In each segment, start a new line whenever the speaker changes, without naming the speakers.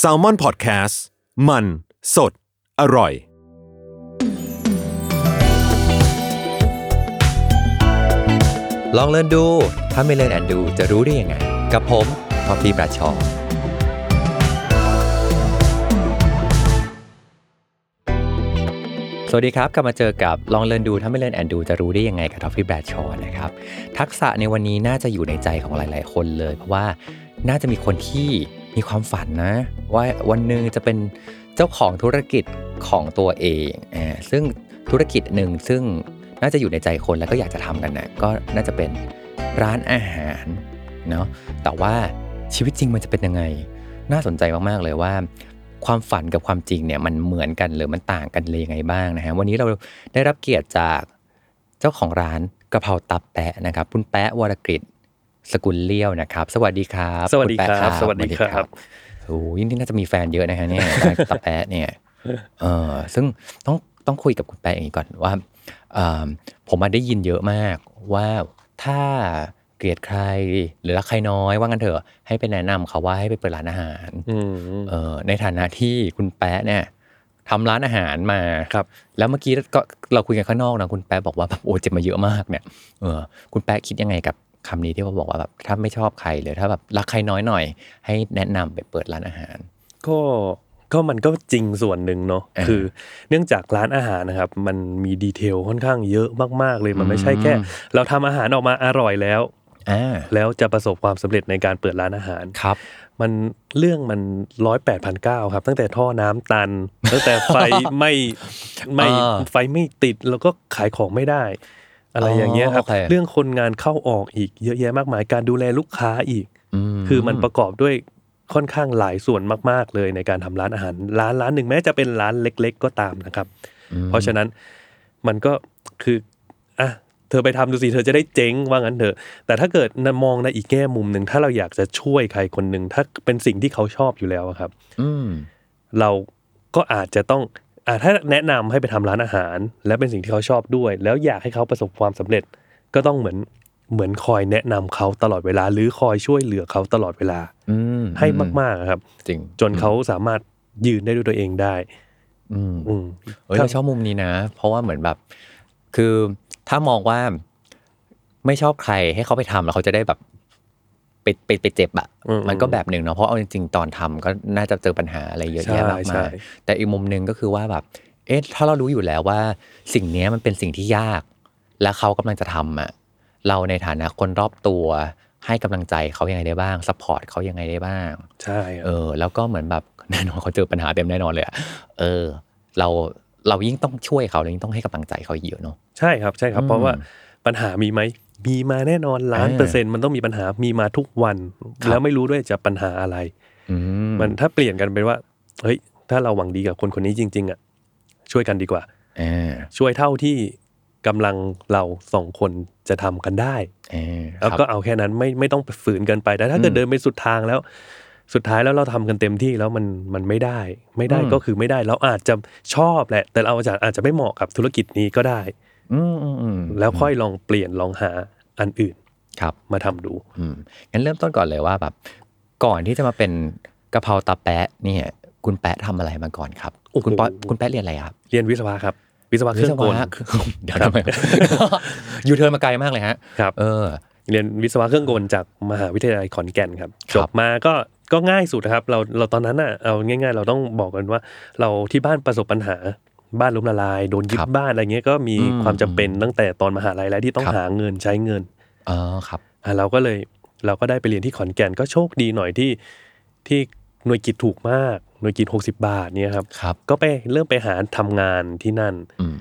s a l ม o n PODCAST มันสดอร่อย
ลองเรียนดู ถ้าไม่เรียนแอนดูจะรู้ได้ยังไง กับผมพอพี่ประชอ สวัสดีครับ กลับมาเจอกับลองเรียนดูถ้าไม่เรียนแอนดูจะรู้ได้ยังไงกับทอฟฟี่แบรดชอนะครับ ทักษะในวันนี้น่าจะอยู่ในใจของหลาย ๆ คนเลย เพราะว่าน่าจะมีคนที่มีความฝันนะ ว่าวันหนึ่งจะเป็นเจ้าของธุรกิจของตัวเองอ่าซึ่งธุรกิจหนึ่งซึ่งน่าจะอยู่ในใจคนแล้วก็อยากจะทำกันนะก็น่าจะเป็นร้านอาหารเนาะแต่ว่าชีวิตจริงมันจะเป็นยังไง น่าสนใจมาก ๆ เลยว่า ความฝันกับความจริงเนี่ยมันเหมือนกันหรือมันต่างกันเลยยังไงบ้างนะฮะวันนี้เราได้รับเกียรติจากเจ้าของร้านกะเพราตับแปะนะครับคุณแปะวรกฤษสกุลเลี้ยวนะครับ สวัสดีครับ
สวัสดี
ณแปะ
ครับสวัสดีครับ
โอ้ยนี่น่าจะมีแฟนเยอะนะฮะเนี่ย ร้านตับแปะเนี่ยเออซึ่งต้องต้องคุยกับคุณแปะอย่างนี้ก่อนว่า เอิ่มผมมาได้ยินเยอะมากว่าถ้าเกลียดใครหรือรักใครน้อยว่างั้นเถอะให้ไปแนะนำเขาว่าให้ไปเปิดร้านอาหาร
อืม
เออในฐานะที่คุณแป๊ะเนี่ยทำร้านอาหารมา
ครับ
แล้วเมื่อกี้ก็เราคุยกันข้างนอกนะคุณแป๊ะบอกว่าแบบโอ้เจ็บมาเยอะมากเนี่ยเออคุณแป๊ะคิดยังไงกับคำนี้ที่เขาบอกว่าแบบถ้าไม่ชอบใครหรือถ้าแบบรักใครน้อยหน่อย ให้แนะนำไปเปิดร้านอาหาร
ก็ก็มันก็จริงส่วนหนึ่งเนาะ
อ่า
คือเนื่องจากร้านอาหารนะครับ มันมีดีเทลค่อนข้างเยอะมาก ๆ เลยมันไม่ใช่แค่
อืม
เราทำอาหารออกมาอร่อยแล้ว
อ่า
แล้วจะประสบความสำเร็จในการเปิดร้านอาหาร
ครับ
มันเรื่องมันร้อยแปดพันเก้าครับ ตั้งแต่ท่อน้ำตัน ตั้งแต่ ไฟไม่ไม่
อ่า
ไฟไม่ติดแล้วก็ขายของไม่ได้ อะไรอย่างเงี้ยครับ
อ๋อโอเค
เรื่องคนงานเข้าออกอีกเยอะแยะมากมายการดูแลลูกค้าอีก
ม
คือมันประกอบด้วยค่อนข้างหลายส่วนมาก ๆ เลยในการทำร้านอาหาร ร้านร้านหนึ่งแม้จะเป็นร้านเล็ก ๆ ก็ตามนะครับ
อืม
เพราะฉะนั้นมันก็คืออ่ะเธอไปทำดูสิเธอจะได้เจ๊งว่างั้นเถอะ แต่ถ้าเกิดมองในอีกแง่มุมหนึ่งถ้าเราอยากจะช่วยใครคนหนึ่งถ้าเป็นสิ่งที่เขาชอบอยู่แล้วอะครับ
อืม
เราก็อาจจะต้องอ่ะถ้าแนะนำให้ไปทำร้านอาหาร และเป็นสิ่งที่เขาชอบด้วย แล้วอยากให้เขาประสบความสำเร็จ ก็ต้องเหมือนเหมือนคอยแนะนำเขาตลอดเวลา หรือคอยช่วยเหลือเขาตลอดเวลา
อืม
ให้มากๆอะครับ
จริง
จนเขาสามารถยืนได้ด้วยตัวเองได้
อืม
อืม
เอ้ย
ครับ
เราชอบมุมนี้นะ เพราะว่าเหมือนแบบ คือถ้ามองว่าไม่ชอบใครให้เขาไปทำแล้วเขาจะได้แบบไปไปไปเจ็บอะ
อืม
มันก็แบบหนึ่งเนาะเพราะเอาจริงๆตอนทำก็น่าจะเจอปัญหาอะไรเยอะแยะมากมา
ใช่ใช่
ยแต่อีกมุมหนึ่งก็คือว่าแบบ เอ๊ะถ้าเรารู้อยู่แล้วว่า สิ่งเนี้ยมันเป็นสิ่งที่ยาก และเขากำลังจะทำอะเราในฐานะคนรอบตัวให้กำลังใจเขายังไงได้บ้างซัพพอร์ตเขายังไงได้บ้าง
ใช่
เออแล้วก็เหมือนแบบ แน่นอนเขาเจอปัญหาเต็มแน่นอนเลยอะเออ เราเรายิ่งต้องช่วยเขาเรายิ่งต้องให้กำลังใจเขาเยอะเนาะ
ใช่ครับใช่ครับ
อืม
เพราะว่าปัญหามีไหมมีมาแน่นอนล้าน
อ่า
เปอร์เซ็นต์มันต้องมีปัญหามีมาทุกวัน
ครับ
แล้วไม่รู้ด้วยจะปัญหาอะไร
อื
มันถ้าเปลี่ยนกันเป็นว่าเฮ้ยถ้าเราหวังดีกับคนคนนี้จริง ๆอ่ะช่วยกันดีกว่า
เออ
ช่วยเท่าที่กำลังเราสองคนจะทำกันได้
เออครั
แล้
บ
วก็เอาแค่นั้นไม่ไม่ต้องไปฝืนเกันไปแต่ถ้าเกิ
อื
ด
ม
เดินไปสุดทางแล้ว สุดท้ายแล้วเราทำกันเต็มที่แล้วมันมันไม่ได้ ไม่ได้
อืม
ก็คือไม่ได้เราอาจจะชอบแหละ แต่เราอาจจะอาจจะไม่เหมาะกับธุรกิจนี้ก็ได้
อืมอืมอืม
แล้วค่อยลองเปลี่ยนลองหาอันอื่น
ครับ
มาทำดู
อืมงั้นเริ่มต้นก่อนเลยว่าแบบ ก่อนที่จะมาเป็นกะเพราตาแปะเนี่ย คุณแปะทำอะไรมาก่อนครับ
โอ้โห
คุณปอคุณแปะเรียนอะไรครับ
เรียนวิศวะครับ วิศวะเครื่องกล
วิศวะเครื่อง เดี๋ยวทำไม อยู่เทิร์นมาไกลมากเลยฮะ
ครับ
เออ
เรียนวิศวะเครื่องกลจากมหาวิทยาลัยขอนแก่นครับ
ครับ
จบมาก็ก็ง่ายสุดนะครับ เราเราตอนนั้นอ่ะเอาง่าย ๆ เราต้องบอกกันว่า เราที่บ้านประสบปัญหาบ้านล้มละลายโดนยึ
ครั
ด
บ
บ้านอะไรเงี้ยก็มี
อืม
ความจำเป็นตั้งแต่ตอนมหาลัยแล้วที่ต้อง
ครับ
หาเงินใช้เงิน
อ๋อครับ
อ่ะเราก็เลยเราก็ได้ไปเรียนที่ขอนแก่นก็โชคดีหน่อยที่ที่หน่วยกิจถูกมากหน่วยกิจ60 บาทเนี่ยครับ
ครับ
ก็ไปเริ่มไปหาทำงานที่นั่น
อืม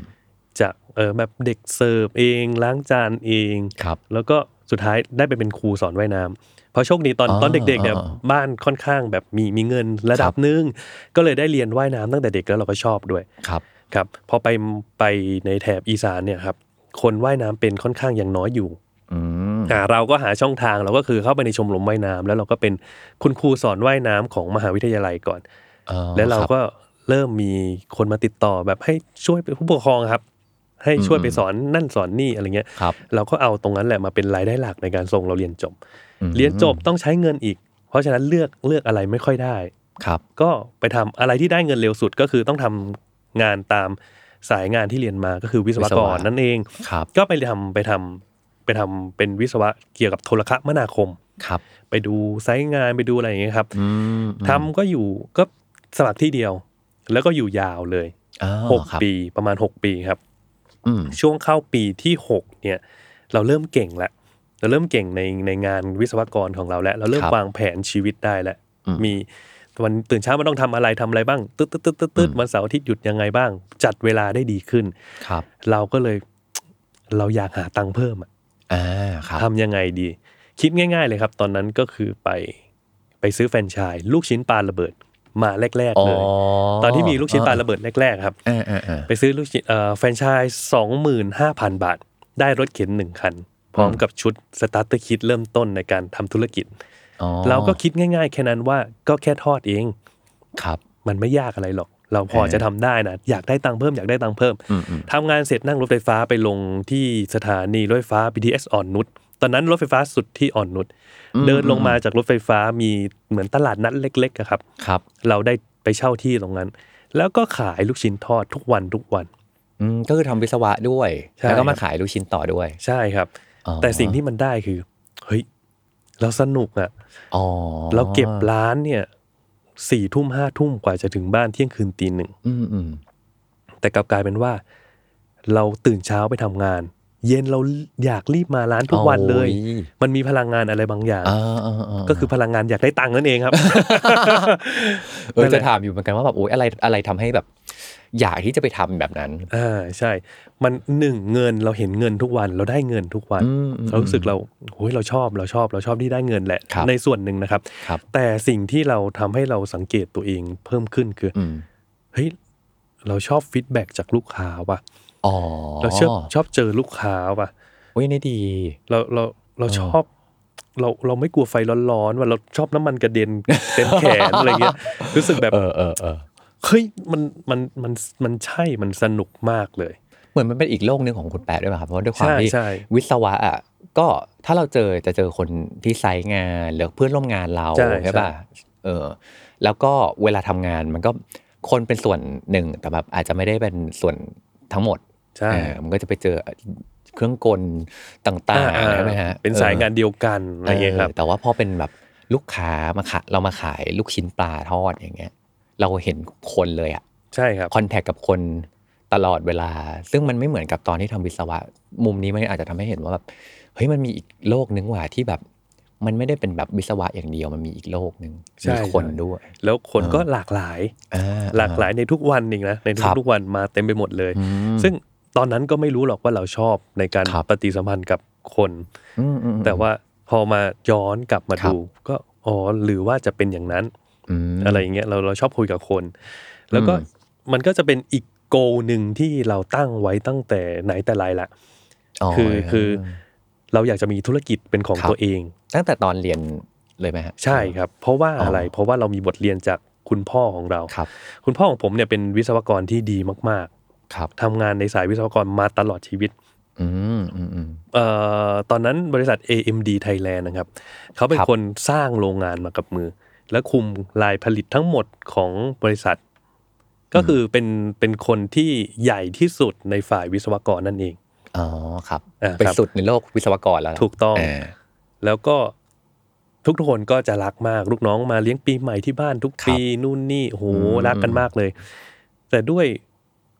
จากเออแบบเด็กเสิร์ฟเองล้างจานเอง
ครับ
แล้วก็สุดท้ายได้ไปเป็นครูสอนว่ายน้ำเพราะโชคดีตอน
อ๋อ
ตอนเด็กๆเนี่ย
อ๋อ
บ้านค่อนข้างแบบมีมีเงินระดั
ครับ บ
หนึงก็เลยได้เรียนว่ายน้ำตั้งแต่เด็กแล้วเราก็ชอบด้วย
ครับ
ครับพอไปไปในแถบอีสานเนี่ยครับคนว่ายน้ำเป็นค่อนข้างยังน้อยอยู่
อืม
อ่าเราก็หาช่องทางเราก็คือเข้าไปในชมรมว่ายน้ำแล้วเราก็เป็นคุณครูสอนว่ายน้ำของมหาวิทยาลัยก่อน
อ๋อ
แล้วเรา
คบ
ก็เริ่มมีคนมาติดต่อแบบให้ช่วยเป็นผู้ปกครองครับ ให้ช่วยไป
อืม
สอนนั่นสอนนี่อะไรเงี้ย
ครับ
เราก็เอาตรงนั้นแหละมาเป็นรายได้หลักในการส่งเราเรียนจบ
อืม
เรียนจบต้องใช้เงินอีก เพราะฉะนั้นเลือกเลือกอะไรไม่ค่อยได้
ครับ
ก็ไปทำอะไรที่ได้เงินเร็วสุดก็คือต้องทำงานตามสายงานที่เรียนมาก็คือวิศวกรนั่นเอง
ครับ
ก็ไปทำไปทำไปทำเป็นวิศวะเกี่ยวกับโทรคมนาคม
ครับ
ไปดูไซต์งานไปดูอะไรอย่างเงี้ยครับ
อืมอืม
ทำก็อยู่ก็สมัครที่เดียว แล้วก็อยู่ยาวเลย
อ๋อ
หก
ครับ
ปีประมาณหกปีครับ
อืม
ช่วงเข้าปีที่หกเนี่ย เราเริ่มเก่งละเราเริ่มเก่งในในงานวิศวกรของเราแล้ว เราเริ่มวางแผนชีวิตได้แล้ว
อืม
มีวันตื่นเช้ามันต้องทำอะไรทำอะไรบ้างตึ๊ดตึ๊ดตึ๊ดตึ๊ดตึ๊ด
อืม
วันเสาร์อาทิตย์หยุดยังไงบ้าง จัดเวลาได้ดีขึ้น
ครับ
เราก็เลย เราอยากหาตังค์เพิ่มอะ
อ่าครับ
ทำยังไงดี คิดง่าย ๆ เลยครับ ตอนนั้นก็คือไปไปซื้อแฟรนไชส์ลูกชิ้นปลาระเบิดมาแรก ๆ เลย ตอนที่มีลูกชิ้นปลาระเบิดแรก ๆ ครับ
อ่าอ่าอ่า
ไปซื้อลูกชิ้นเอ่อแฟรนไชส์สองหมื่นห้าพันบาท ได้รถเข็นหนึ่งคัน พร้อม
อืม
กับชุดสตาร์เตอร์คิดเริ่มต้นในการทำธุรกิจ
อ๋อ
เราก็คิดง่าย ๆ แค่นั้นว่าก็แค่ทอดเอง
ครับ
มันไม่ยากอะไรหรอก เราพอ
เออ
จะทำได้นะ อยากได้ตังค์เพิ่มอยากได้ตังค์เพิ่ม
อืมอืม
ทำงานเสร็จนั่งรถไฟฟ้าไปลงที่สถานีรถไฟฟ้า BTS อ่อนนุช ตอนนั้นรถไฟฟ้าสุดที่อ่อนนุช เดินลงมาจากรถไฟฟ้ามีเหมือนตลาดนัดเล็กๆอะครับ
ครับ
เราได้ไปเช่าที่ตรงนั้น แล้วก็ขายลูกชิ้นทอดทุกวันทุกวัน
อืมก็คือทำวิศวะด้วย
ใช่
แล้วก็มา
ครับ
ขายลูกชิ้นต่อด้วย
ใช่ครับ
อ๋อ
แต่สิ่งที่มันได้คือ เฮ้ย เราสนุกอะ
อ๋อ
เราเก็บร้านเนี่ยสี่ทุ่มห้าทุ่มกว่าจะถึงบ้านเที่ยงคืนตีหนึ่ง
อืมอืม
แต่กลับกลายเป็นว่า เราตื่นเช้าไปทำงาน เย็นเราอยากรีบมาร้านทุกวันเลย
โอ้
มันมีพลังงานอะไรบางอย่าง
อ่าอ่าอ่า
ก็คือพลังงานอยากได้ตังค์นั่นเองครับ
เออ
นั่นแห
จะ
ละ
ถามอยู่เหมือนกันว่าแบบโอ้ยอะไรอะไรทำให้แบบ อยากที่จะไปทำแบบนั้น
อ่า ใช่ มันหนึ่งเงินเราเห็นเงินทุกวันเราได้เงินทุกวัน
อืมอืม
เรารู้สึกเราโอ้ยเราชอบเราชอบเราชอบที่ได้เงินแหละ
ครับ
ในส่วนหนึ่งนะครับ
ครับ
แต่สิ่งที่เราทำให้เราสังเกตตัวเองเพิ่มขึ้นคืออ
อืม
เฮ้ยเราชอบฟีดแบ็กจากลูกค้าว่ะ
อ๋อ
เราชอบชอบเจอลูกค้าว่ะ
โอ้ยนี่ดี
เราเราเรา
เออ
ชอบ เราเราไม่กลัวไฟร้อนๆว่ะเราชอบน้ำมันกระเด็น เต็มแขนอะไรเงี้ยรู้สึกแบบ
เออเออเออ
เฮ้ยมันมันมันมันใช่มันสนุกมากเลย
เหมือนมันเป็นอีกโลกหนึ่งของคุณแปะด้วยป่ะครับเพราะว่าด้วยความ
ใช่
ที่
ใช่
วิศวะอ่ะก็ถ้าเราเจอจะเจอคนที่ไซต์งานหรือเพื่อนร่วมงานเรา
ใช่
ใช่ป่ะ
ใช่
เออ แล้วก็เวลาทำงานมันก็คนเป็นส่วนหนึ่งแต่แบบอาจจะไม่ได้เป็นส่วนทั้งหมด
ใช่
เออมันก็จะไปเจอเครื่องกลต่าง
อ่
ๆใช่ไหมฮะ
เป็นสายงานเดียวกันอะไรเงี้ยครับ
ออแต่ว่าพอเป็นแบบลูกค้ามาขายเรามาขายลูกชิ้นปลาทอดอย่างเงี้ย เราเห็นคนเลยอ่ะ
ใช่ครับ
คอนแทคกับคนตลอดเวลา ซึ่งมันไม่เหมือนกับตอนที่ทำวิศวะ มุมนี้มันอาจจะทำให้เห็นว่าแบบเฮ้ยมันมีอีกโลกนึงว่ะที่แบบ มันไม่ได้เป็นแบบวิศวะอย่างเดียวมันมีอีกโลกนึง
ใช่
มีคน
ใช่
ด้วย
แล้วคนก็หลากหลาย
อ่
หลากหลายในทุกวันเองนะในทุกๆวันมาเต็มไปหมดเลย
อืม
ซึ่งตอนนั้นก็ไม่รู้หรอกว่าเราชอบในการ
ครับ
ปฏิสัมพันธ์กับคน
อืมอืม
แต่ว่าพอมาย้อนกลับมา
ครับ
ดู ก็อ๋อหรือว่าจะเป็นอย่างนั้น
ม
อะไรอย่างเงี้ยเราเราชอบคุยกับคน แล้วก็
อืม
มันก็จะเป็นอีกโกหนึ่งที่เราตั้งไว้ตั้งแต่ไหนแต่ไรละ คือคือ เราอยากจะมีธุรกิจเป็นของ
ครับ
ตัวเอง
ตั้งแต่ตอนเรียนเลยไหมฮะ
ใช่ครับ เพราะว่า
อ๋ออ
อะไรเพราะว่าเรามีบทเรียนจากคุณพ่อของเรา
ครับ
คุณพ่อของผมเนี่ยเป็นวิศวกรที่ดีมาก
ครับ
ๆทำงานในสายวิศวกรมาตลอดชีวิต
อืมอืมอืม
เอ่อตอนนั้นบริษัท AMD Thailand นะครับ เขาเป็น
ครับ
คนสร้างโรงงานมากับมือ และคุมลายผลิตทั้งหมดของบริษัท ก็คือเป็นเป็นคนที่ใหญ่ที่สุดในฝ่ายวิศวกรนั่นเอง
อ๋อครับ
อ่าครับ
ไปสุดในโลกวิศวกรแล้วล่ะ
ถูกต้อง
า
แล้วก็ทุกๆคนก็จะรักมากลูกน้องมาเลี้ยงปีใหม่ที่บ้านทุก
ครับ
ปีนู่นนี่โอ้โห
อืม
รักกันมากเลย แต่ด้วย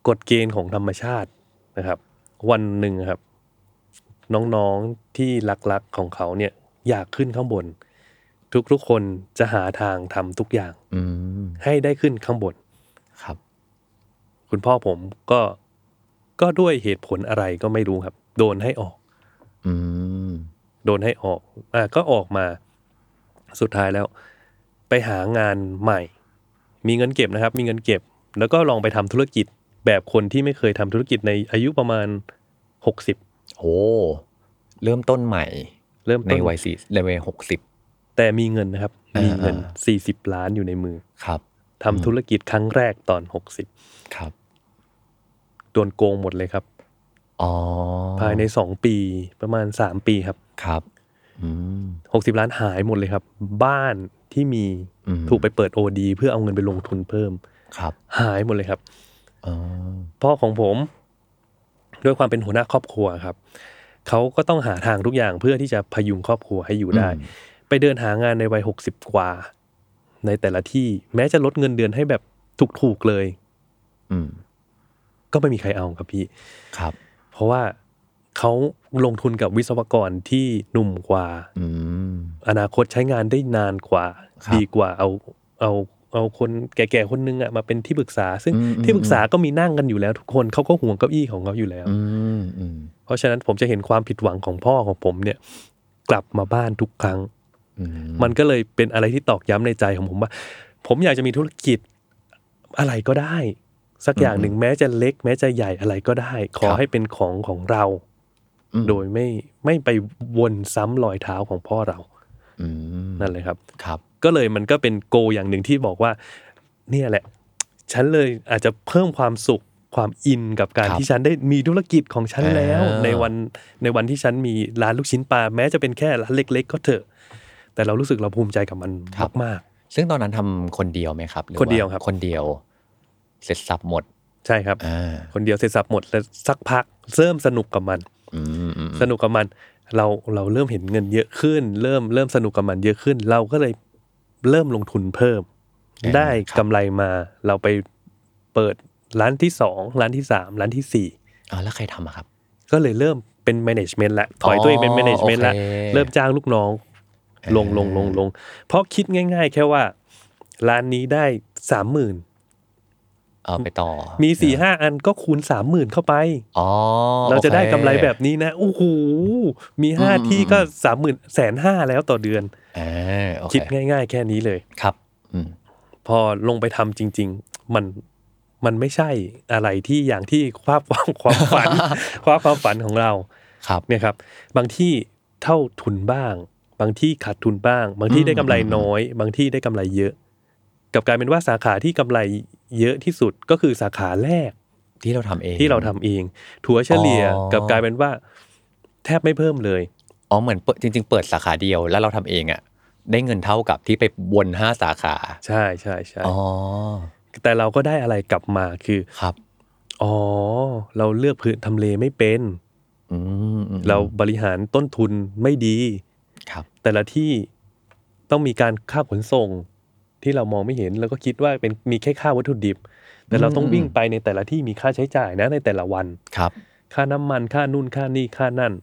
กฎเกณฑ์ของธรรมชาตินะครับ วันหนึ่งครับ น้องๆที่รักๆของเขาเนี่ย อยากขึ้นข้างบน ทุกๆคนจะหาทางทำทุกอย่าง
อืม
ให้ได้ขึ้นข้างบน
ครับ
คุณพ่อผมก็ก็ด้วยเหตุผลอะไรก็ไม่รู้ครับ โดนให้ออก
อืม
โดนให้ออก อ่ะก็ออกมา สุดท้ายแล้ว ไปหางานใหม่ มีเงินเก็บนะครับ มีเงินเก็บ แล้วก็ลองไปทำธุรกิจแบบคนที่ไม่เคยทำธุรกิจในอายุประมาณ 60
โอ้เริ่มต้นใหม่
เริ่ม
ใน
ต้น
วัยสี่ในวัยหกสิบ
แต่มีเงินนะครับ
อ่ามี
มีเงิน
อ่
40 ล้านอยู่ในมือ
ครับ
ทำธุรกิจครั้งแรกตอน
ครับ
60 โดนโกงหมดเลยครับ
อ๋อ
ภายใน 2 ปีประมาณ 3 ปีครั
ครับ อืม
บ 60 ล้านหายหมดเลยครับ บ้าน ที่มี
อืม
ถูกไปเปิด OD เพื่อเอาเงินไปลงทุนเพิ่ม
ครับ
หายหมดเลยครับ
อ๋อ
พ่อของผมด้วยความเป็นหัวหน้าครอบครัวครับเขาก็ต้องหาทางทุกอย่างเพื่อที่จะพยุงครอบครัวให้อยู่ได้ ไปเดินหางานในวัยหกสิบกว่า ในแต่ละที่แม้จะลดเงินเดือนให้แบบถูกๆเลย
อืม
ก็ไม่มีใครเอาครับพี่
ครับ
เพราะว่าเขาลงทุนกับวิศวกรที่หนุ่มกว่า
อืม
อนาคตใช้งานได้นานกว่า
ครับ
ดีกว่าเอาเอาเอาคนแก่ๆคนนึงอะมาเป็นที่ปรึกษา ซึ่ง
อืมอืม
ที่ปรึกษาก็มีนั่งกันอยู่แล้วทุกคนเขาก็ห่วงเก้าอี้ของเขาอยู่แล้ว
อืมอืม
เพราะฉะนั้นผมจะเห็นความผิดหวังของพ่อของผมเนี่ย กลับมาบ้านทุกครั้ง
อื
มันก็เลยเป็นอะไรที่ตอกย้ำในใจของผมว่า ผมอยากจะมีธุรกิจอะไรก็ได้ สักอย่างหนึ่งแม้จะเล็ก แม้จะใหญ่อะไรก็ได้ ขอให้เป็นของของเรา
อืม
โดยไม่ไม่ไปวนซ้ำรอยเท้าของพ่อเรา
อืม
นั่นเลยครับ
ครับ
ก็เลยมันก็เป็นโกอย่างหนึ่งที่บอกว่า เนี่ยแหละ ฉันเลยอาจจะเพิ่มความสุขความอินกับการ
ครับ
ที่ฉันได้มีธุรกิจของฉันแล้ว
อ่า
ในวันในวันที่ฉันมีร้านลูกชิ้นปลาแม้จะเป็นแค่ร้านเล็ก ๆ ก็เถอะ แต่เรารู้สึกเราภูมิใจกับมันมาก
ซึ่งตอนนั้นทำคนเดียวไหมครับหอา
คนเดียวครับ
คนเดียว เสร็จสับหมด
ๆ ใช่ครับ
อ่า
คนเดียวเสร็จสับหมดแล้วสักพักเริ่มสนุกกับมัน
อืมอืม
สนุกกับมัน เราเราเริ่มเห็นเงินเยอะขึ้น เริ่มเริ่มสนุกกับมันเยอะขึ้น เราก็เลยเริ่มลงทุนเพิ่ม ได้กำไรมา เราไปเปิดร้านที่สองร้านที่สามร้านที่สี่
อ๋อแล้วใครทำอะครับ
ก็เลยเริ่มเป็นแมネจเมนต์ละถอยตัวเองเป็นแมเนจเมนต์ละ
โอเค
เริ่มจ้างลูกน้อง
เอ่อ
ลงลงลงลงเพราะคิดง่าย ๆ แค่ว่า ร้านนี้ได้สามหมื่น
เอาไปต่อ
มีสี่ห้าอันก็คูณสามหมื่นเข้าไป
อ๋อ
เราจะได้
โอค
กำไรแบบนี้นะโอ้โหมีห้า
อืม
ที่ก็สามหมื่นแสนห้าแล้วต่อเดือน
อ่าโอเค
คิดง่าย ๆ แค่นี้เลย
ครับ อืม
พอลงไปทำจริง ๆ มันมันไม่ใช่อะไรที่อย่างที่ความความความ ฝัน ความความฝันของเรา
ครับ
เนี่ยครับ บางที่เท่าทุนบ้าง บางที่ขาดทุนบ้าง บางที่
อืม
ได้กำไรน้อย บางที่ได้กำไรเยอะ กลับกลายเป็นว่าสาขาที่กำไรเยอะที่สุดก็คือสาขาแรก
ที่เราทำเอง
ที่เราทำเอง ถัวเฉลี่ย
อ๋อ
กลับกลายเป็นว่าแทบไม่เพิ่มเลย
อ๋อเหมือนเปิดจริง ๆ เปิดสาขาเดียวแล้วเราทำเองอะได้เงินเท่ากับที่ไปวนห้าสาขา
ใช่ใช่ใช่
อ๋อ
แต่เราก็ได้อะไรกลับมาคือ
ครับ
อ๋อ เราเลือกพื้นทำเลไม่เป็น
อืมอืม
เราบริหารต้นทุนไม่ดี
ครับ
แต่ละที่ต้องมีการค่าขนส่ง ที่เรามองไม่เห็น แล้วก็คิดว่าเป็นมีแค่ค่าวัตถุดิบ แต่เราต้อง
อืม
วิ่งไปในแต่ละที่มีค่าใช้จ่ายนะในแต่ละวัน
ครับ
ค่าน้ำมันค่านู่นค่านี่ค่านั่น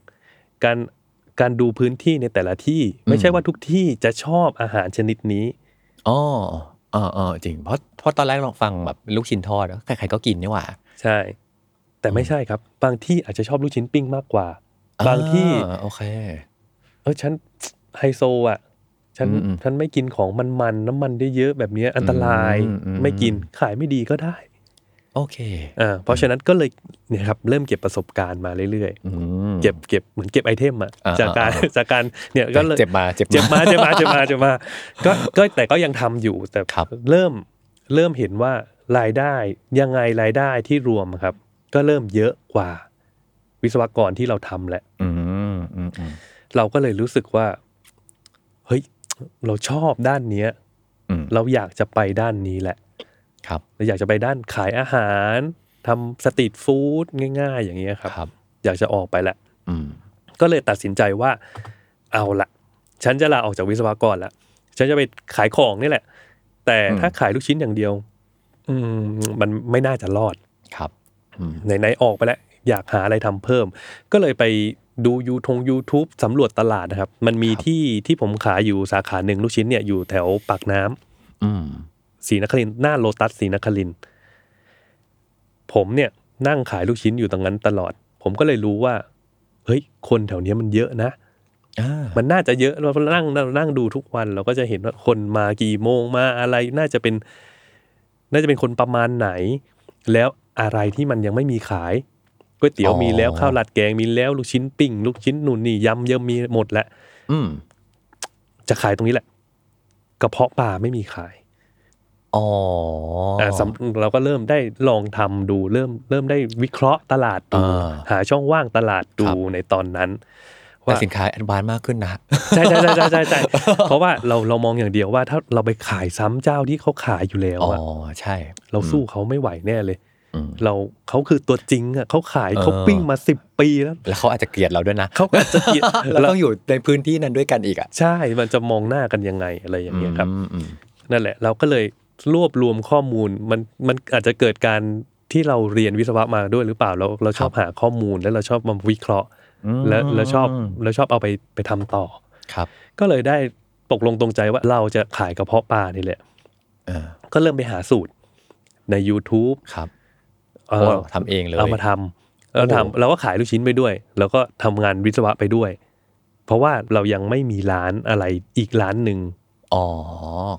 การการดูพื้นที่ในแต่ละที่ ไม่ใช่ว่าทุกที่จะชอบอาหารชนิดนี้
อ๋อเออเออจริง เพราะเพราะตอนแรกลองฟังแบบลูกชิ้นทอดอะใครๆก็กินนี่หว่า
ใช่ แต่ไม่ใช่ครับ บางที่อาจจะชอบลูกชิ้นปิ้งมากกว่า
อ่
บางที่
โอเค
เออฉัน ไฮโซอ่ะ ฉัน
อืมอืม
ฉันไม่กินของมันมันๆน้ำมันเยอะๆแบบเนี้ยอันตราย
อืมอืม
ไม่กินขายไม่ดีก็ได้
โอเค
อ่าเพราะฉะนั้นก็เลยเนี่ยครับเริ่มเก็บประสบการณ์มาเรื่อย
อืม
ๆ เก็บเก็บเหมือนเก็บไอเทมอ่ะ
อ่า
จากการ
อ่า
จากการเนี่ยก็เลย
เจ็บมาเจ็บ
เจ็บมา เจ็บมาเจ็บมาเจ็บมาก็ก็แต่ก็ยังทำอยู่แต่
ครับ
เริ่มเริ่มเห็นว่ารายได้ยังไงรายได้ที่รวมอะครับ ก็เริ่มเยอะกว่า วิศวกรที่เราทำแหละ
อืมอืมอืม
เราก็เลยรู้สึกว่า เฮ้ย เราชอบด้านเนี้ย
อืม
เราอยากจะไปด้านนี้แหละ
ครับ
เราอยากจะไปด้านขายอาหารทำสตรีทฟู้ดง่าย ๆ อย่างเงี้ยครับ
ครับ
อยากจะออกไปแหละ
อืม
ก็เลยตัดสินใจว่า เอาละฉันจะลาออกจากวิศวกรละฉันจะไปขายของนี่แหละ แต่ถ้าขายลูกชิ้นอย่างเดียว อืมมันไม่น่าจะรอด
ครับอืม
ไหนๆออกไปแล้ว อยากหาอะไรทำเพิ่ม ก็เลยไปดูยูทง YouTube สำรวจตลาดนะครับ มันมีที่ที่ผมขายอยู่สาขาหนึ่งลูกชิ้นเนี่ยอยู่แถวปากน้ำ
อืม
ศรีนครินทร์หน้าโลตัสศรีนครินทร์ผมเนี่ยนั่งขายลูกชิ้นอยู่ตรงนั้นตลอด ผมก็เลยรู้ว่า เฮ้ย คนแถวเนี้ยมันเยอะนะ
อ่า
มันน่าจะเยอะเรานั่งเรานั่งดูทุกวัน เราก็จะเห็นว่าคนมากี่โมงมาอะไรน่าจะเป็น น่าจะเป็นคนประมาณไหน แล้วอะไรที่มันยังไม่มีขายก๋วยเตี๋ยวมีแล้วข้าวราดแกงมีแล้วลูกชิ้นปิ้งลูกชิ้นนู่นนี่ยำเยิ่มมีหมดแล้ว
อืม
จะขายตรงนี้แหละกระเพาะปลาไม่มีขาย
อ๋ออ่า
่าสำเราก็เริ่มได้ลองทำดูเริ่มเริ่มได้วิเคราะห์ตลาดดู
อ่า
หาช่องว่างตลาดดู
ครับ
ในตอนนั้น
แต่
ว่า
สินค้าแอดวานซ์มากขึ้นนะ
ใช่ใช่ใช่ใช่ใช่ใช่เพราะว่าเราเรามองอย่างเดียวว่าถ้าเราไปขายซ้ำเจ้าที่เขาขายอยู่แล้ว
อ๋อ
อะ
ใช่
เราสู้เขาไม่ไหวแน่เลย
อืม
เราเขาคือตัวจริงอะเขาขาย
เออ
เขาปิ้งมาสิบปีแล้ว
แล้วเขาอาจจะเกลียดเราด้วยนะ
เขาก็จะเกลียด
เราต้องอยู่ในพื้นที่นั้นด้วยกันอีกอ่ะ
ใช่มันจะมองหน้ากันยังไงอะไรอย่างเงี้ยครับ
อืมอืม
นั่นแหละเราก็เลยรวบรวมข้อมูลมันมันอาจจะเกิดการที่เราเรียนวิศวะมาด้วยหรือเปล่าเราเราชอบหาข้อมูลแล้วเราชอบมาวิเคราะห์
อืม
แล้วเราชอบเราชอบเอาไปไปทำต่อ
ครับ
ก็เลยได้ตกลงตรงใจว่าเราจะขายกระเพาะปลานี่แหละ
เออ
ก็เริ่มไปหาสูตรใน YouTube
ครับ
เอ่
โอ้
อ
ทำเองเลย
เอามาทำเรา
โอ้
ทำเราก็ขายลูกชิ้นไปด้วย แล้วก็ทำงานวิศวะไปด้วย เพราะว่าเรายังไม่มีร้านอะไรอีกร้านหนึ่ง
อ๋อ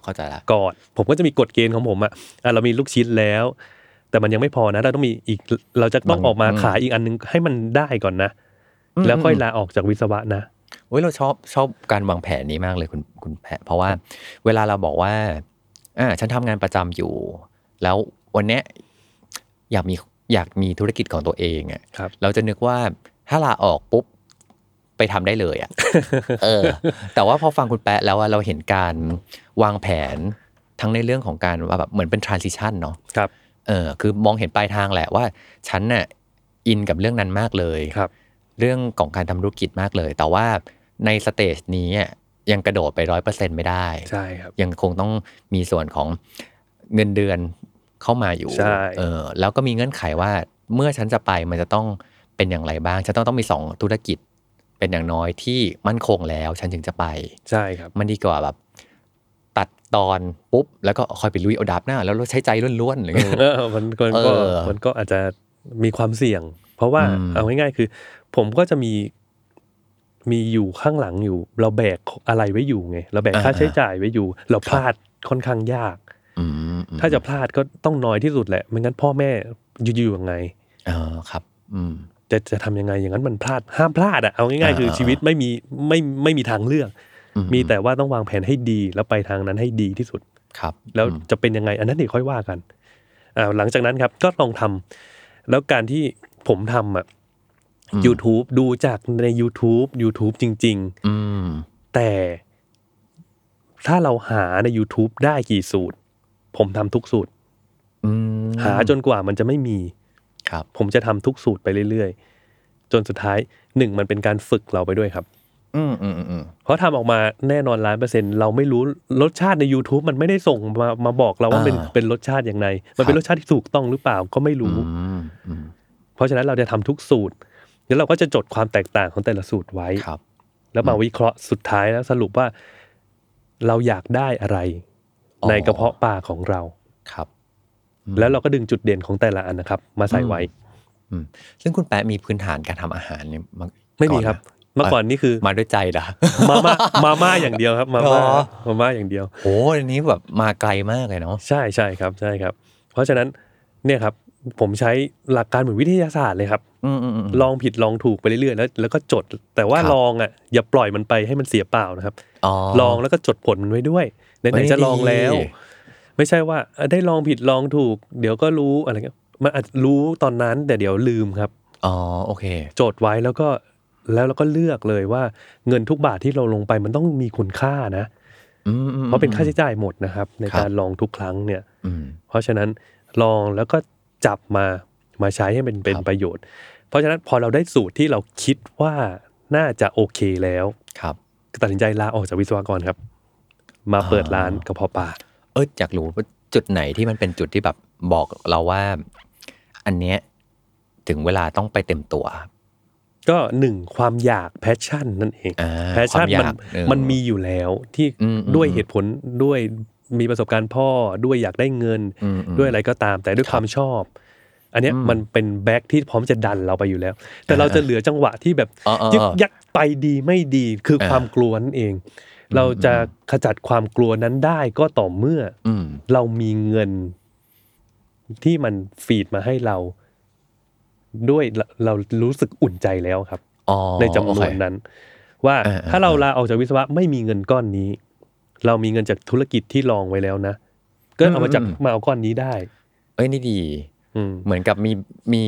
เข้าใจละ
ก่อนผมก็จะมีกฎเกณฑ์ของผมอะอ่ะเรามีลูกชิ้นแล้ว แต่มันยังไม่พอนะ เราต้องมีอีกเราจะต้องออกมาขายอีกอันนึงให้มันได้ก่อนนะ แล้วค่อยลาออกจากวิศวะนะ
เว้ยเราชอบชอบการวางแผนนี้มากเลยคุณคุณแพะเพราะว่าเวลาเราบอกว่าอ่าฉันทำงานประจำอยู่ แล้ววันเนี้ยอยากมีอยากมีธุรกิจของตัวเองอ่ะ
ครับ
เราจะนึกว่าถ้าลาออกปุ๊บ ไปทำได้เลยอะ่ะ เออ แต่ว่าพอฟังคุณแปะแล้วอะเราเห็นการวางแผนทั้งในเรื่องของการว่าแบบเหมือนเป็น transition เนาะ
ครับ
เออ คือมองเห็นปลายทางแหละว่า ฉันน่ะอินกับเรื่องนั้นมากเลย
ครับ
เรื่องของการทำธุรกิจมากเลย แต่ว่าในสเตจนี้อะยังกระโดดไปร้อยเปอร์เซ็นไม่ได้
ใช่ครับ
ยังคงต้องมีส่วนของเงินเดือนเข้ามาอยู่
ใช่
เออ แล้วก็มีเงื่อนไขว่าเมื่อฉันจะไปมันจะต้องเป็นอย่างไรบ้าง ฉันต้องต้องมีสองธุรกิจ เป็นอย่างน้อยที่มั่นคงแล้ว ฉันถึงจะไป
ใช่ครับ
มันดีกว่าแบบ ตัดตอนปุ๊บ แล้วก็ค่อยไปลุยเอาดับหน้า แล้วใช้ใจล้วนๆอะไรเงี้ย
เออมันมันก็
เออ
มันก็อาจจะมีความเสี่ยง เพราะว่า
อืม
เอาง่ายๆคือ ผมก็จะมีมีอยู่ข้างหลังอยู่ เราแบกอะไรไว้อยู่ไงเราแบกค่าใช้จ่ายไว้อยู่ เราพลาดค่อนข้างยาก
อืมอืม
ถ้าจะพลาดก็ต้องน้อยที่สุดแหละไม่งั้นพ่อแม่อยู่ๆยังไง
เออครับ อืม
จะจะทำยังไงอย่างนั้นมันพลาดห้ามพลาดอ่ะเอาง่ายๆ คือ
อ่า
ชีวิตไม่มีไม่ไม่มีทางเลือก
อืม
มีแต่ว่าต้องวางแผนให้ดีแล้วไปทางนั้นให้ดีที่สุด
ครับ
แล้ว
อืม
จะเป็นยังไง อันนั้นเดี๋ยวค่อยว่ากันอ่าหลังจากนั้นครับก็ลองทำแล้วการที่ผมทำอ่ะ YouTube ดูจากใน YouTube YouTube จริง
อืม
ๆ แต่ถ้าเราหาใน YouTube ได้กี่สูตร ผมทำทุกสูตร
อืม
หาจนกว่ามันจะไม่มี
ครับ
ผมจะทำทุกสูตรไปเรื่อยๆ จนสุดท้ายหนึ่งมันเป็นการฝึกเราไปด้วยครับ
อืมอืมอืมอืม
เพราะทำออกมาแน่นอนล้านเปอร์เซ็นต์เราไม่รู้รสชาติใน YouTube มันไม่ได้ส่งมามาบอกเราว่าเป็นเป็นรสชาติอย่างไรมันเป็นรสชาติที่ถูกต้องหรือเปล่าก็ไม่รู้
อืมอืม
เพราะฉะนั้นเราจะทำทุกสูตร แล้วเราก็จะจดความแตกต่างของแต่ละสูตรไว้
ครับ
แล้วมาวิเคราะห์สุดท้ายแล้วสรุปว่าเราอยากได้อะไร
อ๋อ
ในกระเพาะปลาของเรา
ครับ
แล้วเราก็ดึงจุดเด่นของแต่ละอันนะครับ มาใส่ไว้
อืมซึ่งคุณแปะมีพื้นฐานการทำอาหารเนี่ยา
ไม่มี
ก่อน
ครับ
นะ
เมื่อก่อนนี่คือ
มาด้วยใจเหรอ
มา ม่ามาม่าอย่างเดียวครับ มาม่า
อ๋อ
มาม่าอย่างเดียว
โอ้อันนี้แบบมาไกลมากเลยเนาะ
ใช่ใช่ครับใช่ครับ เพราะฉะนั้นเนี่ยครับผมใช้หลักการเหมือนวิทยาศาสตร์เลยครับ
อืมอืมอืม
ลองผิดลองถูกไปเรื่อยๆแล้วแล้วก็จด แต่ว่า
ครับ
ลองอ่ะอย่าปล่อยมันไปให้มันเสียเปล่านะครับ
อ๋อ
ลองแล้วก็จดผลมันไว้ด้วยไห
เฮ้
น
ย
ๆจะลองแล้ว
ดี
ไม่ใช่ว่าเอ่อได้ลองผิดลองถูก เดี๋ยวก็รู้อะไรเงี้ยมันอาจรู้ตอนนั้นแต่เดี๋ยวลืมครับ
อ๋อโอเค
จดไว้แล้วก็แล้วเราก็เลือกเลยว่าเงินทุกบาทที่เราลงไปมันต้องมีคุณค่านะ
อืมอืม
เพราะเป็นค่าใช้จ่ายหมดนะครับ ใน
ครับ
การลองทุกครั้งเนี่ย
อืม
เพราะฉะนั้นลองแล้วก็จับมามาใช้ให้มันเป็น
ครับ
ประโยชน์ เพราะฉะนั้นพอเราได้สูตรที่เราคิดว่าน่าจะโอเคแล้ว
ครับ
ตัดสินใจลาออกจากวิศวกรครับ มาเปิดร้านกระเพาะปลา
เอออยากรู้ว่าจุดไหนที่มันเป็นจุดที่แบบบอกเราว่า อันเนี้ยถึงเวลาต้องไปเต็มตัว
ก็หนึ่งความอยากแพชชั่นนั่นเอง
อ่า
แพชชั่
ค
น
วาอยา
มัน
กเออ
มันมีอยู่แล้วที่
อืมอืม
ด้วยเหตุผลด้วยมีประสบการณ์พ่อด้วยอยากได้เงิน
อืมอืม
ด้วยอะไรก็ตามแต่ด้วยความชอบ อันเนี้ยมันเป็นแบ็กที่พร้อมจะดันเราไปอยู่แล้ว แต่เราจะเหลือจังหวะที่แบบ
อ๋ออ๋ออ๋อ
ยึกยักไปดีไม่ดีคือความกลัวนั่นเอง เราจะขจัดความกลัวนั้นได้ก็ต่อเมื่ออ
อืม
เรามีเงินที่มันฟีดมาให้เรา ด้วยเราเรารู้สึกอุ่นใจแล้วครับ
อ๋อ
ในจำน
โอ
วน
เค
นั้น ว่า
เออเออ
ถ้าเราลาออกจากวิศวะไม่มีเงินก้อนนี้ เรามีเงินจากธุรกิจที่ลองไว้แล้วนะก็เอามาจากมาเอาก้อนนี้ได้
เอ้ยนี่ดี
อืม
เหมือนกับมีมี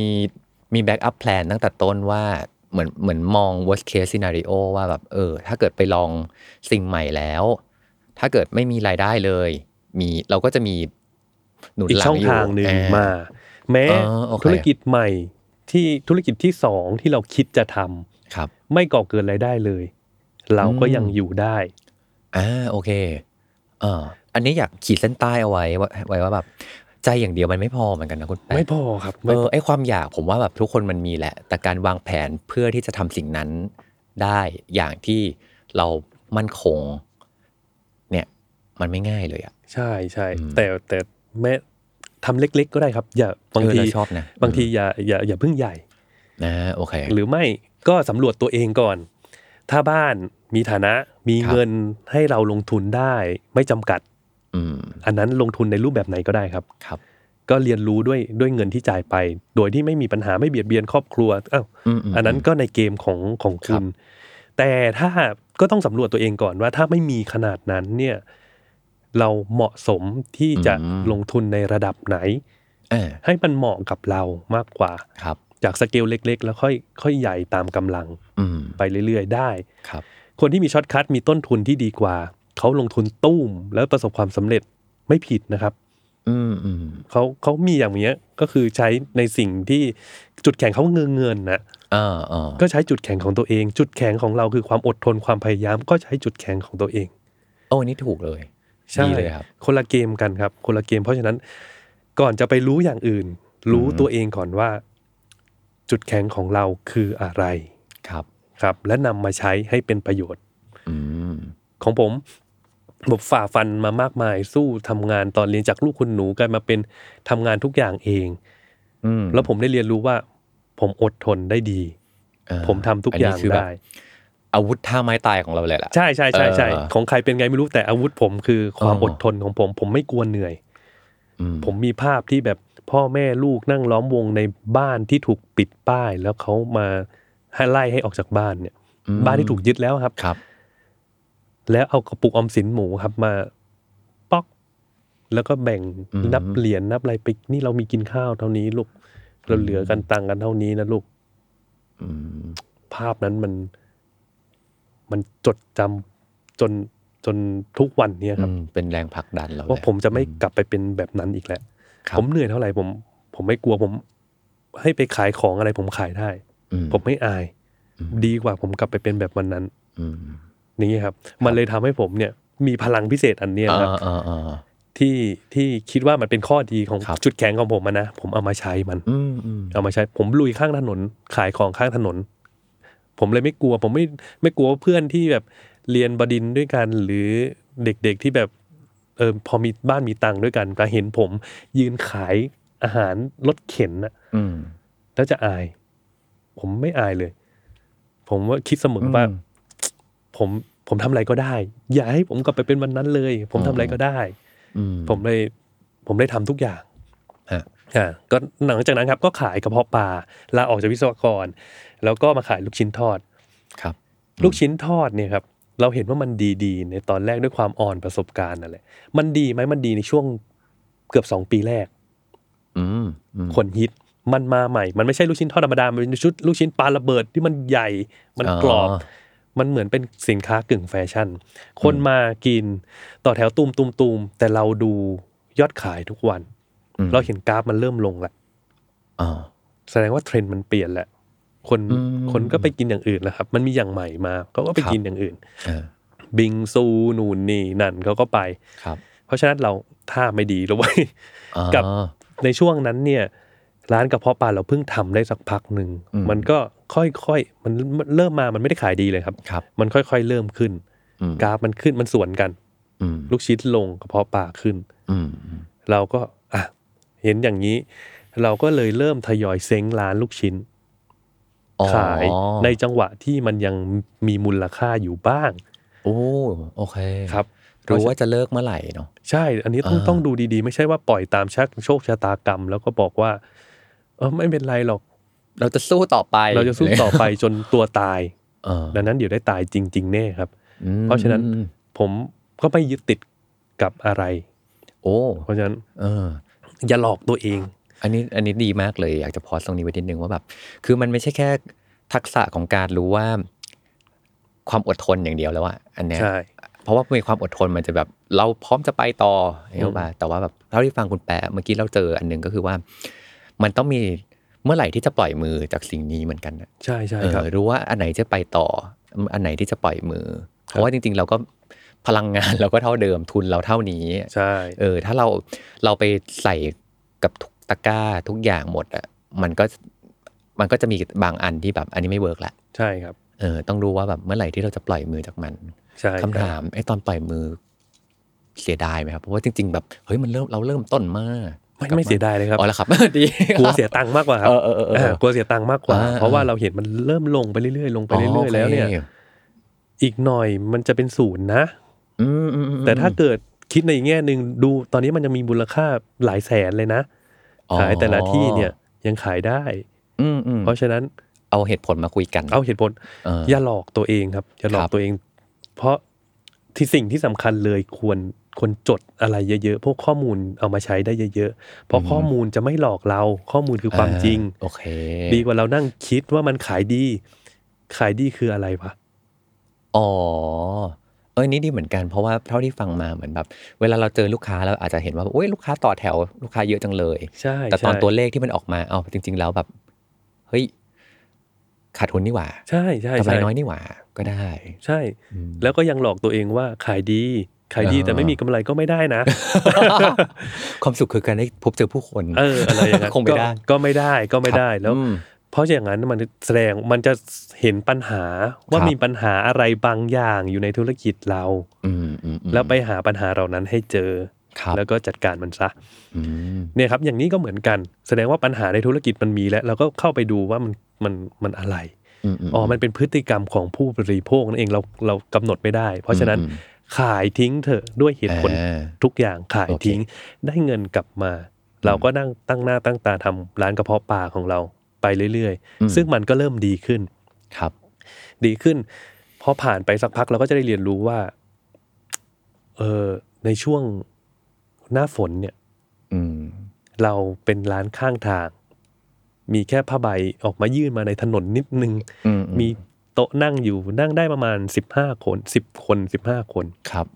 มีแบ็กอัพแพลนตั้งแต่ต้นว่า เหมือนเหมือนมอง worst case scenario ว่าแบบเออ ถ้าเกิดไปลองสิ่งใหม่แล้ว ถ้าเกิดไม่มีรายได้เลย มีเราก็จะมีหนุน
อีก
หลั
ช่อง ง
อยู่
ทางหนึ่ง
อ่
มา แม้
อ๋อโอเค
ธุรกิจใหม่ที่ธุรกิจที่สองที่เราคิดจะทำ
ครับ
ไม่ก่อเกินรายได้เลย เราก็ยังอยู่ได้
อ่าโอเคเอ่ออันนี้อยากขีดเส้นใต้เอาไว้ว่าไว้ว่าแบบใจอย่างเดียวมันไม่พอเหมือนกันนะคุณแป๊ะ
ไม่พอครับ
เอ
ไม่พ
อ
อ
ไอความอยากผมว่าแบบทุกคนมันมีแหละ แต่การวางแผนเพื่อที่จะทำสิ่งนั้นได้อย่างที่เรามั่นคง เนี่ย มันไม่ง่ายเลยอะ
ใช่ใช่
อืม
แต่แต่แม้ทำเล็ก ๆ ก็ได้ครับ อย่าบาง
เออ
ที
เรชอบนะ
บางทีอย่าอย่าอย่าเพิ่งใหญ่
นะโอเค
หรือไม่ก็สำรวจตัวเองก่อน ถ้าบ้านมีฐานะมี
ครับ
เงินให้เราลงทุนได้ ไม่จำกัด
อืม
อันนั้นลงทุนในรูปแบบไหนก็ได้ครับ
ครับ
ก็เรียนรู้ด้วยด้วยเงินที่จ่ายไป โดยที่ไม่มีปัญหาไม่เบียดเบียนครอบครัวอ้าว
อืมม
อันนั้นก็ในเกมของของ
ครั
คุ
บ
ณ แต่ถ้าก็ต้องสำรวจตัวเองก่อนว่าถ้าไม่มีขนาดนั้นเนี่ยเราเหมาะสมที่จะลงทุนในระดับไหน
เออ
ให้มันเหมาะกับเรามากกว่า
ครับ
จากสเกลเล็ก ๆ แล้วค่อยค่อยใหญ่ตามกำลัง
อืม
ไปเรื่อยๆได้
ครับ
คนที่มีช็อตคัทมีต้นทุนที่ดีกว่า เขาลงทุนตุ้มแล้วประสบความสำเร็จไม่ผิดนะครับ
อืมอืม
เขาเขามีอย่างเงี้ยก็คือใช้ในสิ่งที่จุดแข็งเขาเงินเงินนะ
เออเออ
ก็ใช้จุดแข็งของตัวเอง จุดแข็งของเราคือความอดทนความพยายาม ก็ใช้จุดแข็งของตัวเอง
โอ้นี่ถูกเลย
ใช่
ดีเลยครับ
คนละเกมกันครับ คนละเกม เพราะฉะนั้นก่อนจะไปรู้อย่างอื่น รู้ตัวเองก่อนว่า จุดแข็งของเราคืออะไร
ครับ
ครับ และนำมาใช้ให้เป็นประโยชน์
อืม
ของผมผมฝ่าฟันมามากมายสู้ทำงานตอนเรียนจากลูกคุณหนูกลายมาเป็นทำงานทุกอย่างเอง
อืม
แล้วผมได้เรียนรู้ว่า ผมอดทนได้ดี
อ่า
ผมทำทุกอย่าง
นนี้คือแบบ
ได้
อาวุธท่าไม้ตายของเราเลยล่ะ
ใช่ใช่ใช่ใช่
เออ
ของใครเป็นไงไม่รู้แต่อาวุธผมคือความ
อ๋อ
อ
อ
ดทนของผม ผมไม่กลัวเหนื่อย
อืม
ผมมีภาพที่แบบพ่อแม่ลูกนั่งล้อมวงในบ้านที่ถูกปิดป้าย แล้วเขามาให้ไล่ให้ออกจากบ้านเนี่ย
อืม
บ้านที่ถูกยึดแล้วครับ
ครับ
แล้วเอากระปุกออมสินหมูครับมาป๊อก แล้วก็แบ่งนับเหรียญนับอะไรไปนี่เรามีกินข้าวเท่านี้ลูกเราเหลือกันตังค์กันเท่านี้นะลูก
อืม
ภาพนั้นมัน มันจดจำจนจนทุกวันเนี่ยครับ
อืมเป็นแรงผลักดันเรา
ว่า
แหล
ผมจะไม่กลับไปเป็นแบบนั้นอีกแล้ว
ครับ
ผมเหนื่อยเท่าไหร่ผม ผมไม่กลัวผม ให้ไปขายของอะไรผมขายได้
อืม
ผมไม่อาย
อืม
ดีกว่าผมกลับไปเป็นแบบวันนั้น
อืม
นี่ครับ มันเลยทำให้ผมเนี่ย มีพลังพิเศษอันเนี้ยครับ
อ่าอ่าอ่า
ที่ที่คิดว่ามันเป็นข้อดีของ
ครับ
จุดแข็งของผมอะนะผมเอามาใช้มัน
อืมอืม
เอามาใช้ ผมลุยข้างถนนขายของข้างถนน ผมเลยไม่กลัว ผมไม่ไม่กลัวว่าเพื่อนที่แบบเรียนบดินทร์ด้วยกัน หรือเด็กๆที่แบบเออพอมีบ้านมีตังค์ด้วยกันก็เห็นผมยืนขายอาหารรถเข็นน่ะ
อืม
แล้วจะอาย ผมไม่อายเลย ผมว่าคิดเสมอว่า
อืม
ผมผมทำอะไรก็ได้ อย่าให้ผมกลับไปเป็นวันนั้นเลย ผมทำอะไรก็ได้
อืม
ผมเลยผมได้ทำทุกอย่าง
ฮะ
อ่าก็หลังจากนั้นครับก็ขายกระเพาะปลาลาออกจากวิศวกร แล้วก็มาขายลูกชิ้นทอด
ครับ
ลูกชิ้นทอดเนี่ยครับ เราเห็นว่ามันดีๆ ในตอนแรกด้วยความอ่อนประสบการณ์นั่นแหละมันดีไหมมันดีในช่วงเกือบ 2 ปีแรก
อืมอืม
คนฮิตมันมาใหม่ มันไม่ใช่ลูกชิ้นทอดธรรมดา มันเป็นชุดลูกชิ้นปลาระเบิดที่มันใหญ่ มันกรอบ มันเหมือนเป็นสินค้ากึ่งแฟชั่น คนมากินต่อแถวตุมตุมตุมแต่เราดูยอดขายทุกวัน
อืม
เราเห็นกราฟมันเริ่มลงละ
อ่า
แสดงว่าเทรนด์มันเปลี่ยนแหละ คน
อืม
คนก็ไปกินอย่างอื่นแล้วครับ มันมีอย่างใหม่มาเขาก็ไป
ครับ
กินอย่างอื่น
เออ
บิงซูนูนนี่นั่นเขาก็ไป
ครับ
เพราะฉะนั้นเราท่าไม่ดีแล้วเว้ย
อ่า
กับ ในช่วงนั้นเนี่ย ร้านกระเพาะปลาเราเพิ่งทำได้สักพักหนึ่ง
อืม
มันก็ค่อยๆมันมันเริ่มมามันไม่ได้ขายดีเลยครับ
ครับ
มันค่อยๆเริ่มขึ้น
อืม
กราฟมันขึ้นมันสวนกัน
อืม
ลูกชิ้นลงกระเพาะปลาขึ้น
อืมอืม
เราก็อ่ะเห็นอย่างนี้ เราก็เลยเริ่มทยอยเซ้งร้านลูกชิ้น
อ๋อ
ขายในจังหวะที่มันยังมีมูลค่าอยู่บ้าง
โอ้โอเค
ครับ
รู้ว่าจะเลิกเมื่อไหร่เนาะ
ใช่ อันนี้ต้อง
อ่า
ต้องดูดีๆ ไม่ใช่ว่าปล่อยตามชักโชคชะตากรรม แล้วก็บอกว่า เออไม่เป็นไรหรอก
เราจะสู้ต่อไป
เราจะสู้ต่อไปจนตัว ตาย
เออ
ดังนั้นเดี๋ยวได้ตายจริง ๆ แน่ครับ
อืม
เพราะฉะนั้น ผมก็ไม่ยึดติดกับอะไร
โอ้
เพราะฉะนั้น
เออ
อย่าหลอกตัวเอง
อันนี้อันนี้ดีมากเลยอยากจะพอสตรงนี้ไว้นิดนึงว่าแบบ คือมันไม่ใช่แค่ ทักษะของการรู้ว่า ความอดทนอย่างเดียวแล้วอะอันเนี้ย
ใช่
เพราะว่ามีความอดทนมันจะแบบเราพร้อมจะไปต่ออย่างเงี้ย
อืม
ป่ะแต่ว่าแบบเท่าที่ฟังคุณแปะเมื่อกี้เราเจออันหนึ่งก็คือว่า มันต้องมีเมื่อไหร่ที่จะปล่อยมือจากสิ่งนี้เหมือนกันนะ
ใช่ใช่
เอ
ครับ
อรู้ว่าอันไหนจะไปต่อ อันไหนที่จะปล่อยมือ เพราะว่าจริง ๆ เราก็พลังงาน เราก็เท่าเดิมทุนเราเท่านี้
ใช่
เออ ถ้าเราเราไปใส่กับทุกตะกร้าทุกอย่างหมดอ่ะมันก็มันก็จะมีบางอันที่แบบอันนี้ไม่เวิร์กละ
ใช่ครับ
เออต้องรู้ว่าแบบเมื่อไหร่ที่เราจะปล่อยมือจากมัน
ใช่
คำ
รับ
ถามไอ้ตอนปล่อยมือเสียดายไหมครับ เพราะว่าจริงๆแบบเฮ้ยมันเริ่มเราเริ่มต้นมา
ไม่ไม่ เสียดายเลยครับ
อ๋อแล้วครับ ดี
กลัวเสียตังค์มากกว่าครั
เอบ อเออเออเออ
ากลัวเสียตังค์มากกว่า
อ่า
เพราะว่าเราเห็นมันเริ่มลงไปเรื่อยๆลงไปเรื่อยๆแล้วเนี่ย
โอค
อีกหน่อยมันจะเป็นศูนย์นะ
อืมอืมอืม
แต่ถ้าเกิดคิดในอีกแง่หนึ่งดูตอนนี้มันยังมีมูลค่าหลายแสนเลยนะ
อ๋อ
ขายแต่ละที่เนี่ยยังขายได้
อืมอืม
เพราะฉะนั้น
เอาเหตุผลมาคุยกัน
เอาเหตุผล
เออ
อย่าหลอกตัวเองครับ อย่าหลอ
ค
ก
รับ
ตัวเอง เพราะที่สิ่งที่สำคัญเลยควรควรจดอะไรเยอะๆ พวกข้อมูลเอามาใช้ได้เยอะๆ เพราะข้อมูลจะไม่หลอกเรา ข้อมูลคือความจริง
โอเค
ดีกว่าเรานั่งคิดว่ามันขายดี ขายดีคืออะไรวะ
อ๋อเอ้ยนี่ดีเหมือนกันเพราะว่าเท่าที่ฟังมาเหมือนแบบ เวลาเราเจอลูกค้าเราอาจจะเห็นว่าโอ้ยลูกค้าต่อแถวลูกค้าเยอะจังเลย
ใช่
แต่ตอน
ใช่
ตัวเลขที่มันออกมาเอาจริง ๆ แล้วแบบเฮ้ยขาดทุนนี่หว่า
ใช่ใช่
กำไร
ใช่
น้อยนี่หว่าก็ ได้
ใช่
อืม
แล้วก็ยังหลอกตัวเองว่าขายดี ขายดี
อ่า
แต่ไม่มีกำไรก็ไม่ได้นะ
ความสุขคือการได้พบเจอผู้คน
เอออะไรอย่างนั้น
คงไม่ได้
ก็ก็ไม่ได้ก็ไม่ได้
ครับ
แล้ว
อืม
เพราะอย่างนั้นมันแสดงมันจะเห็นปัญหาว่า
ครับ
มีปัญหาอะไรบางอย่างอยู่ในธุรกิจเรา
อืมอืมอืม
แล้วไปหาปัญหาเหล่านั้นให้เจอ
ครับ
แล้วก็จัดการมันซะ
อืม
เนี่ยครับ อย่างนี้ก็เหมือนกัน แสดงว่าปัญหาในธุรกิจมันมีแล้วเราก็เข้าไปดูว่ามันมันมันอะไร
มม
อ๋อมันเป็นพฤติกรรมของผู้บริโภคนั่นเองเราเรากำหนดไม่ได้ เพราะฉะนั้น
อืม
ขายทิ้งเถอะด้วยเหตุผล
อ่า
ทุกอย่างขาย
โอเค
ทิ้งได้เงินกลับมา เราก็นั่งตั้งหน้าตั้งตาทำร้านกระเพาะปลาของเราไปเรื่อย
อืม
ๆ ซึ่งมันก็เริ่มดีขึ้น
ครับ
ดีขึ้นพอผ่านไปสักพักเราก็จะได้เรียนรู้ว่าเออในช่วงหน้าฝนเนี่ย
อืม
เราเป็นร้านข้างทาง มีแค่ผ้าใบออกมายื่นมาในถนนนิดนึง
อือื
มีโต๊ะนั่งอยู่นั่งได้ประมาณสิบห้าคนสิบคนสิบห้าคน
ครับ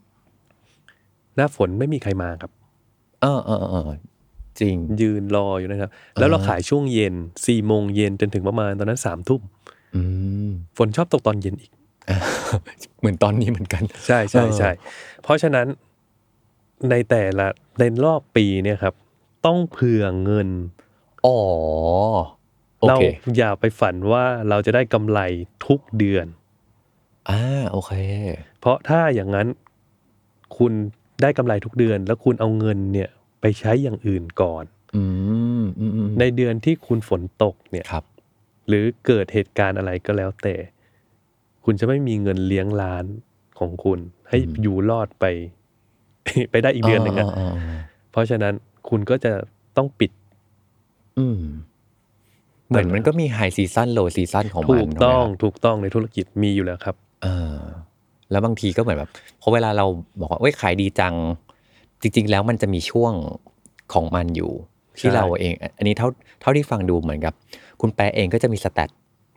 หน้าฝนไม่มีใครมาครับ
เออเออเออเออจริง
ยืนรออยู่นะครับ แล้วเรา
อ่าฮะ
ขายช่วงเย็นสี่โมงเย็นจนถึงประมาณตอนนั้นสามทุ่ม
อืม
ฝนชอบตกตอนเย็นอีก
อ่ะ เหมือนตอนนี้เหมือนกัน
ใช่ใช่
เออ
ใช่เพราะฉะนั้นในแต่ละในรอบปีเนี่ยครับ ต้องเผื่อเงิน
อ๋อโอ
เรา
เค
อย่าไปฝันว่าเราจะได้กำไรทุกเดือน
อ่าโอเค
เพราะถ้าอย่างนั้นคุณได้กำไรทุกเดือน แล้วคุณเอาเงินเนี่ยไปใช้อย่างอื่นก่อน
อืมอืมอืม
ในเดือนที่คุณฝนตกเนี่ย
ครับ
หรือเกิดเหตุการณ์อะไรก็แล้วแต่ คุณจะไม่มีเงินเลี้ยงร้านของคุณ ให้
อืม
อยู่รอดไป ไปได้อีกเดือนหนึ่งอะ
อ่าอ่าอ่า
เพราะฉะนั้นคุณก็จะต้องปิด
อืม เหมือนมันก็มีไฮซีซันโลซีซันของมัน
ถูกต้อง
ถูกไหมครับ
ถูกต้องในธุรกิจมีอยู่แล้วครับ
เออ แล้วบางทีก็เหมือนแบบพอเวลาเราบอกว่าเอ้ยขายดีจัง จริง ๆ แล้วมันจะมีช่วงของมันอยู่ ที่
ใช่
เราเอง อันนี้เท่าเท่าที่ฟังดูเหมือนกับ คุณแปรเองก็จะมีสแตท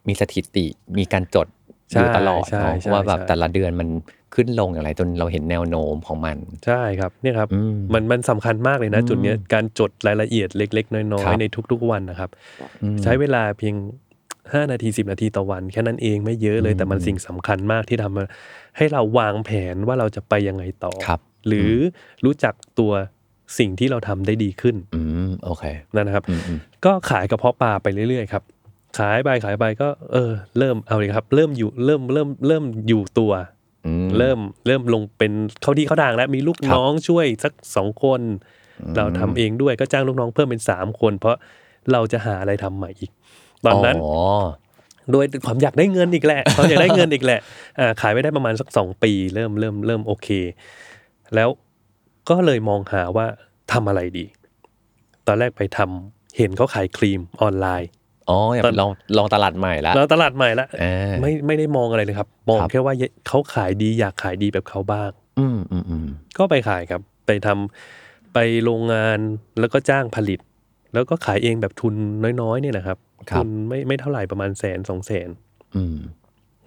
มีสถิติ มีการจดอยู่ตลอด
ใช่
เนาะ
ใช่
ว่าแบบ
ใช่
แต่ละเดือนมันขึ้นลงอย่างไรจนเราเห็นแนวโน้มของมัน
ใช่ครับเนี่ยครับ
อืม
มันมันสำคัญมากเลยนะ
อืม
จุดเนี้ยการจดรายละเอียดเล็ก ๆ น้อ
ครั
ย
บ
ๆในทุก ๆ วันนะครับ
อืม
ใช้เวลาเพียง 5 นาที 10 นาทีต่อวัน แค่นั้นเองไม่เยอะเลย
อืม
แต่มันสิ่งสำคัญมากที่ทำให้เราวางแผนว่าเราจะไปยังไงต่อ
ครับ
หรือรู้จักตัวสิ่งที่เราทำได้ดีขึ้น
อืมโอเค
นะครับ
อืมอืม
ก็ขายกระเพาะปลาไปเรื่อยๆครับ ขายไปขายไปก็เออ เริ่มเอาเลยครับ เริ่มอยู่เริ่มเริ่มเริ่มอยู่ตัว
อืม
เริ่มเริ่มลงเป็นเข้าที่เข้าทางแล้วมีลูก
ครับ
น้องช่วยสักสองคน เราทำเองด้วยก็จ้างลูกน้องเพิ่มเป็นสามคน เพราะเราจะหาอะไรทำใหม่อีก ตอนนั้น
อ๋อ
โดยความอยากได้เงินอีกแหละ ความอยากได้เงินอีกแหละ อ่าขายไปได้ประมาณสักสองปี เริ่มเริ่มเริ่มโอเค แล้วก็เลยมองหาว่าทำอะไรดี ตอนแรกไปทำเห็นเขาขายครีมออนไลน์
อ๋ออยาก
ตอน
ลองลองตลาดใหม่ละ
แล้วตลาดใหม่ละ
เออ
ไม่ไม่ได้มองอะไรเลยครับ มอง
ครับ
แค่ว่าเขาขายดีอยากขายดีแบบเขาบ้าง
อืมอืมอืม
ก็ไปขายครับ ไปทำไปโรงงานแล้วก็จ้างผลิต แล้วก็ขายเองแบบทุนน้อยๆเนี่ยแหละครับ
ครั
ทุ
บ
นไม่ไม่เท่าไหร่ประมาณแสนสองแสน
อืม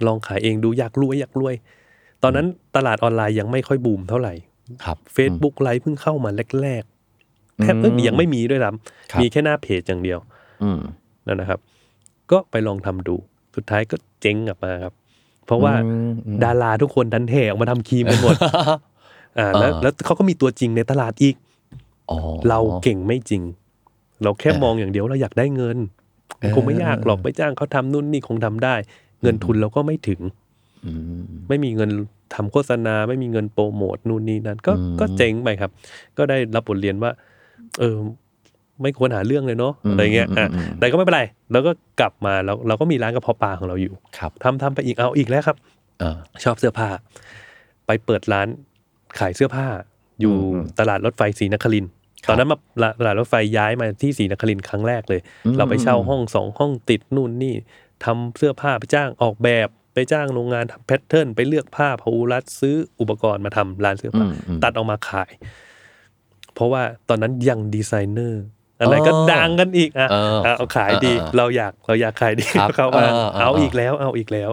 ลองขายเองดูอยากรวยอยากรวย ตอนนั้นตลาดออนไลน์ยังไม่ค่อยบูมเท่าไหร่
ครับ
Facebook ไลฟ์เพิ่งเข้ามาแรกๆแทบเอ้ย
อืม
ยังไม่มีด้วย
ค
ซ้
รับ
ำมีแค่หน้าเพจอย่างเดียว
อืม
นั่นนะครับ ก็ไปลองทำดูสุดท้ายก็เจ๊งกลับมาครับ เพราะว่า
อืมอืม
ดาราทุกคนดันเทออกมาทำครีม กันหมด อ่าแล้ว
อ่า
แล้วเขาก็มีตัวจริงในตลาดอีก
อ๋อ
เราเก่งไม่จริง เราแค่
เออ
มองอย่างเดียวเราอยากได้เงิน
เออ
คงไม่ยากหรอกไปจ้างเขาทำนู่นนี่คงทำได้ เงินทุนเราก็ไม่ถึง
อืม
ไม่มีเงินทำโฆษณา ไม่มีเงินโปรโมทนู่นนี่นั่นก็
อืม
ก็เจ๊งไปครับ ก็ได้รับบทเรียนว่า เออ ไม่ควรหาเรื่องเลยเนาะ
อืม
อะไรเงี้ยอ่ะ
อืมอืม
แต่ก็ไม่เป็นไรเราก็กลับมาเราเราก็มีร้านกระเพาะปลาของเราอยู่
ครับ
ทำทำไปอีกเอาอีกแล้วครับ
เออ
ชอบเสื้อผ้า ไปเปิดร้านขายเสื้อผ้า อยู่
อืม
ตลาดรถไฟศรีนครินทร์
ครับ
ตอนนั้นมาละตลาดรถไฟย้ายมาที่ศรีนครินทร์ครั้งแรกเลย
อืม
เราไปเช่าห้องสองห้องติดนู่นนี่ทำเสื้อผ้าไปจ้างออกแบบไปจ้างโรงงานทำแพทเทิร์นไปเลือกผ้าพารัดซื้ออุปกรณ์มาทำร้านเสื้อ
อื
ผ้า
มอืม
ตัดออกมาขาย เพราะว่าตอนนั้นยังดีไซเนอร์ อะไรก็
อ๋อ
ดังกันอีกอ่ะ
เออ
เอาเอาขายดี
เออเออ
เราอยากเราอยากขายดี
ครับ
เขามา
เออเออเออ
เอาอีกแล้ว เอาอีกแล้ว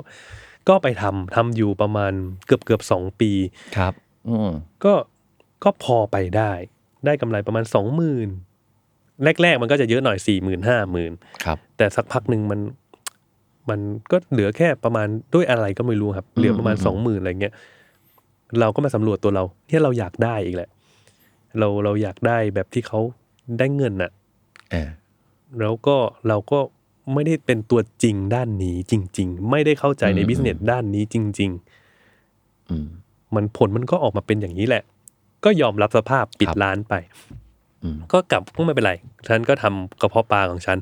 ก็ไปทำทำอยู่ประมาณเกือบเกือบสองปี
ครับ อืม
ก็ก็พอไปได้ ได้กำไรประมาณสองหมื่นแรก ๆ มันก็จะเยอะหน่อยสี่หมื่นห้าหมื่น
ครับ
แต่สักพักหนึ่งมันมันก็เหลือแค่ประมาณด้วยอะไรก็ไม่รู้ครับ เหลือประมาณ
อืม
สองหมื่นอะไรเงี้ยเราก็มาสำรวจตัวเราที่เราอยากได้อีกแหละ เราเราอยากได้แบบที่เขาได้เงินน่ะ
เออ
แล้วก็เราก็ไม่ได้เป็นตัวจริงด้านนี้จริง ๆ ไม่ได้เข้าใจใน
อืม
บิสเนสด้านนี้จริง ๆ
อืม
มันผลมันก็ออกมาเป็นอย่างนี้แหละ ก็ยอมรับสภาพปิด
ครับ
ร้านไป
อืม
ก็กลับก็ไม่เป็นไร ฉันก็ทำกระเพาะปลาของฉัน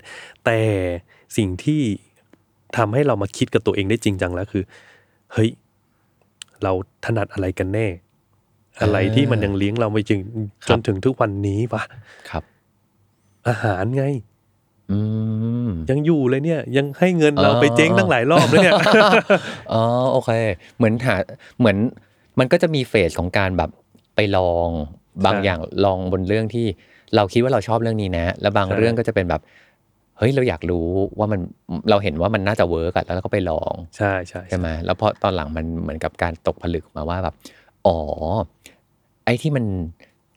แต่สิ่งที่ทำให้เรามาคิดกับตัวเองได้จริงจังแล้วคือ เฮ้ย เราถนัดอะไรกันแน่ อะไรที่มันยังเลี้ยงเราไปจนจนถึงทุกวันนี้วะ
ครับ
อาหารไง
อืม
ยังอยู่เลยเนี่ย ยังให้เงินเรา
อ๋อ
ไปเจ๊งตั้งหลายรอบแล้วเนี่ย
อ๋อโอเค เหมือนหาเหมือนมันก็จะมีเฟสของการแบบไปลองบาง
ใช่
อย่างลองบนเรื่องที่เราคิดว่าเราชอบเรื่องนี้นะ แล้วบาง
ใช่
เรื่องก็จะเป็นแบบ เฮ้ยเราอยากรู้ว่ามันเราเห็นว่ามันน่าจะเวิร์กอะแล้วเราก็ไปลอง
ใช่ใช่
ใช่ไหมแล้วพอตอนหลังมันเหมือนกับการตกผลึกมาว่าแบบอ๋อไอ้ที่มัน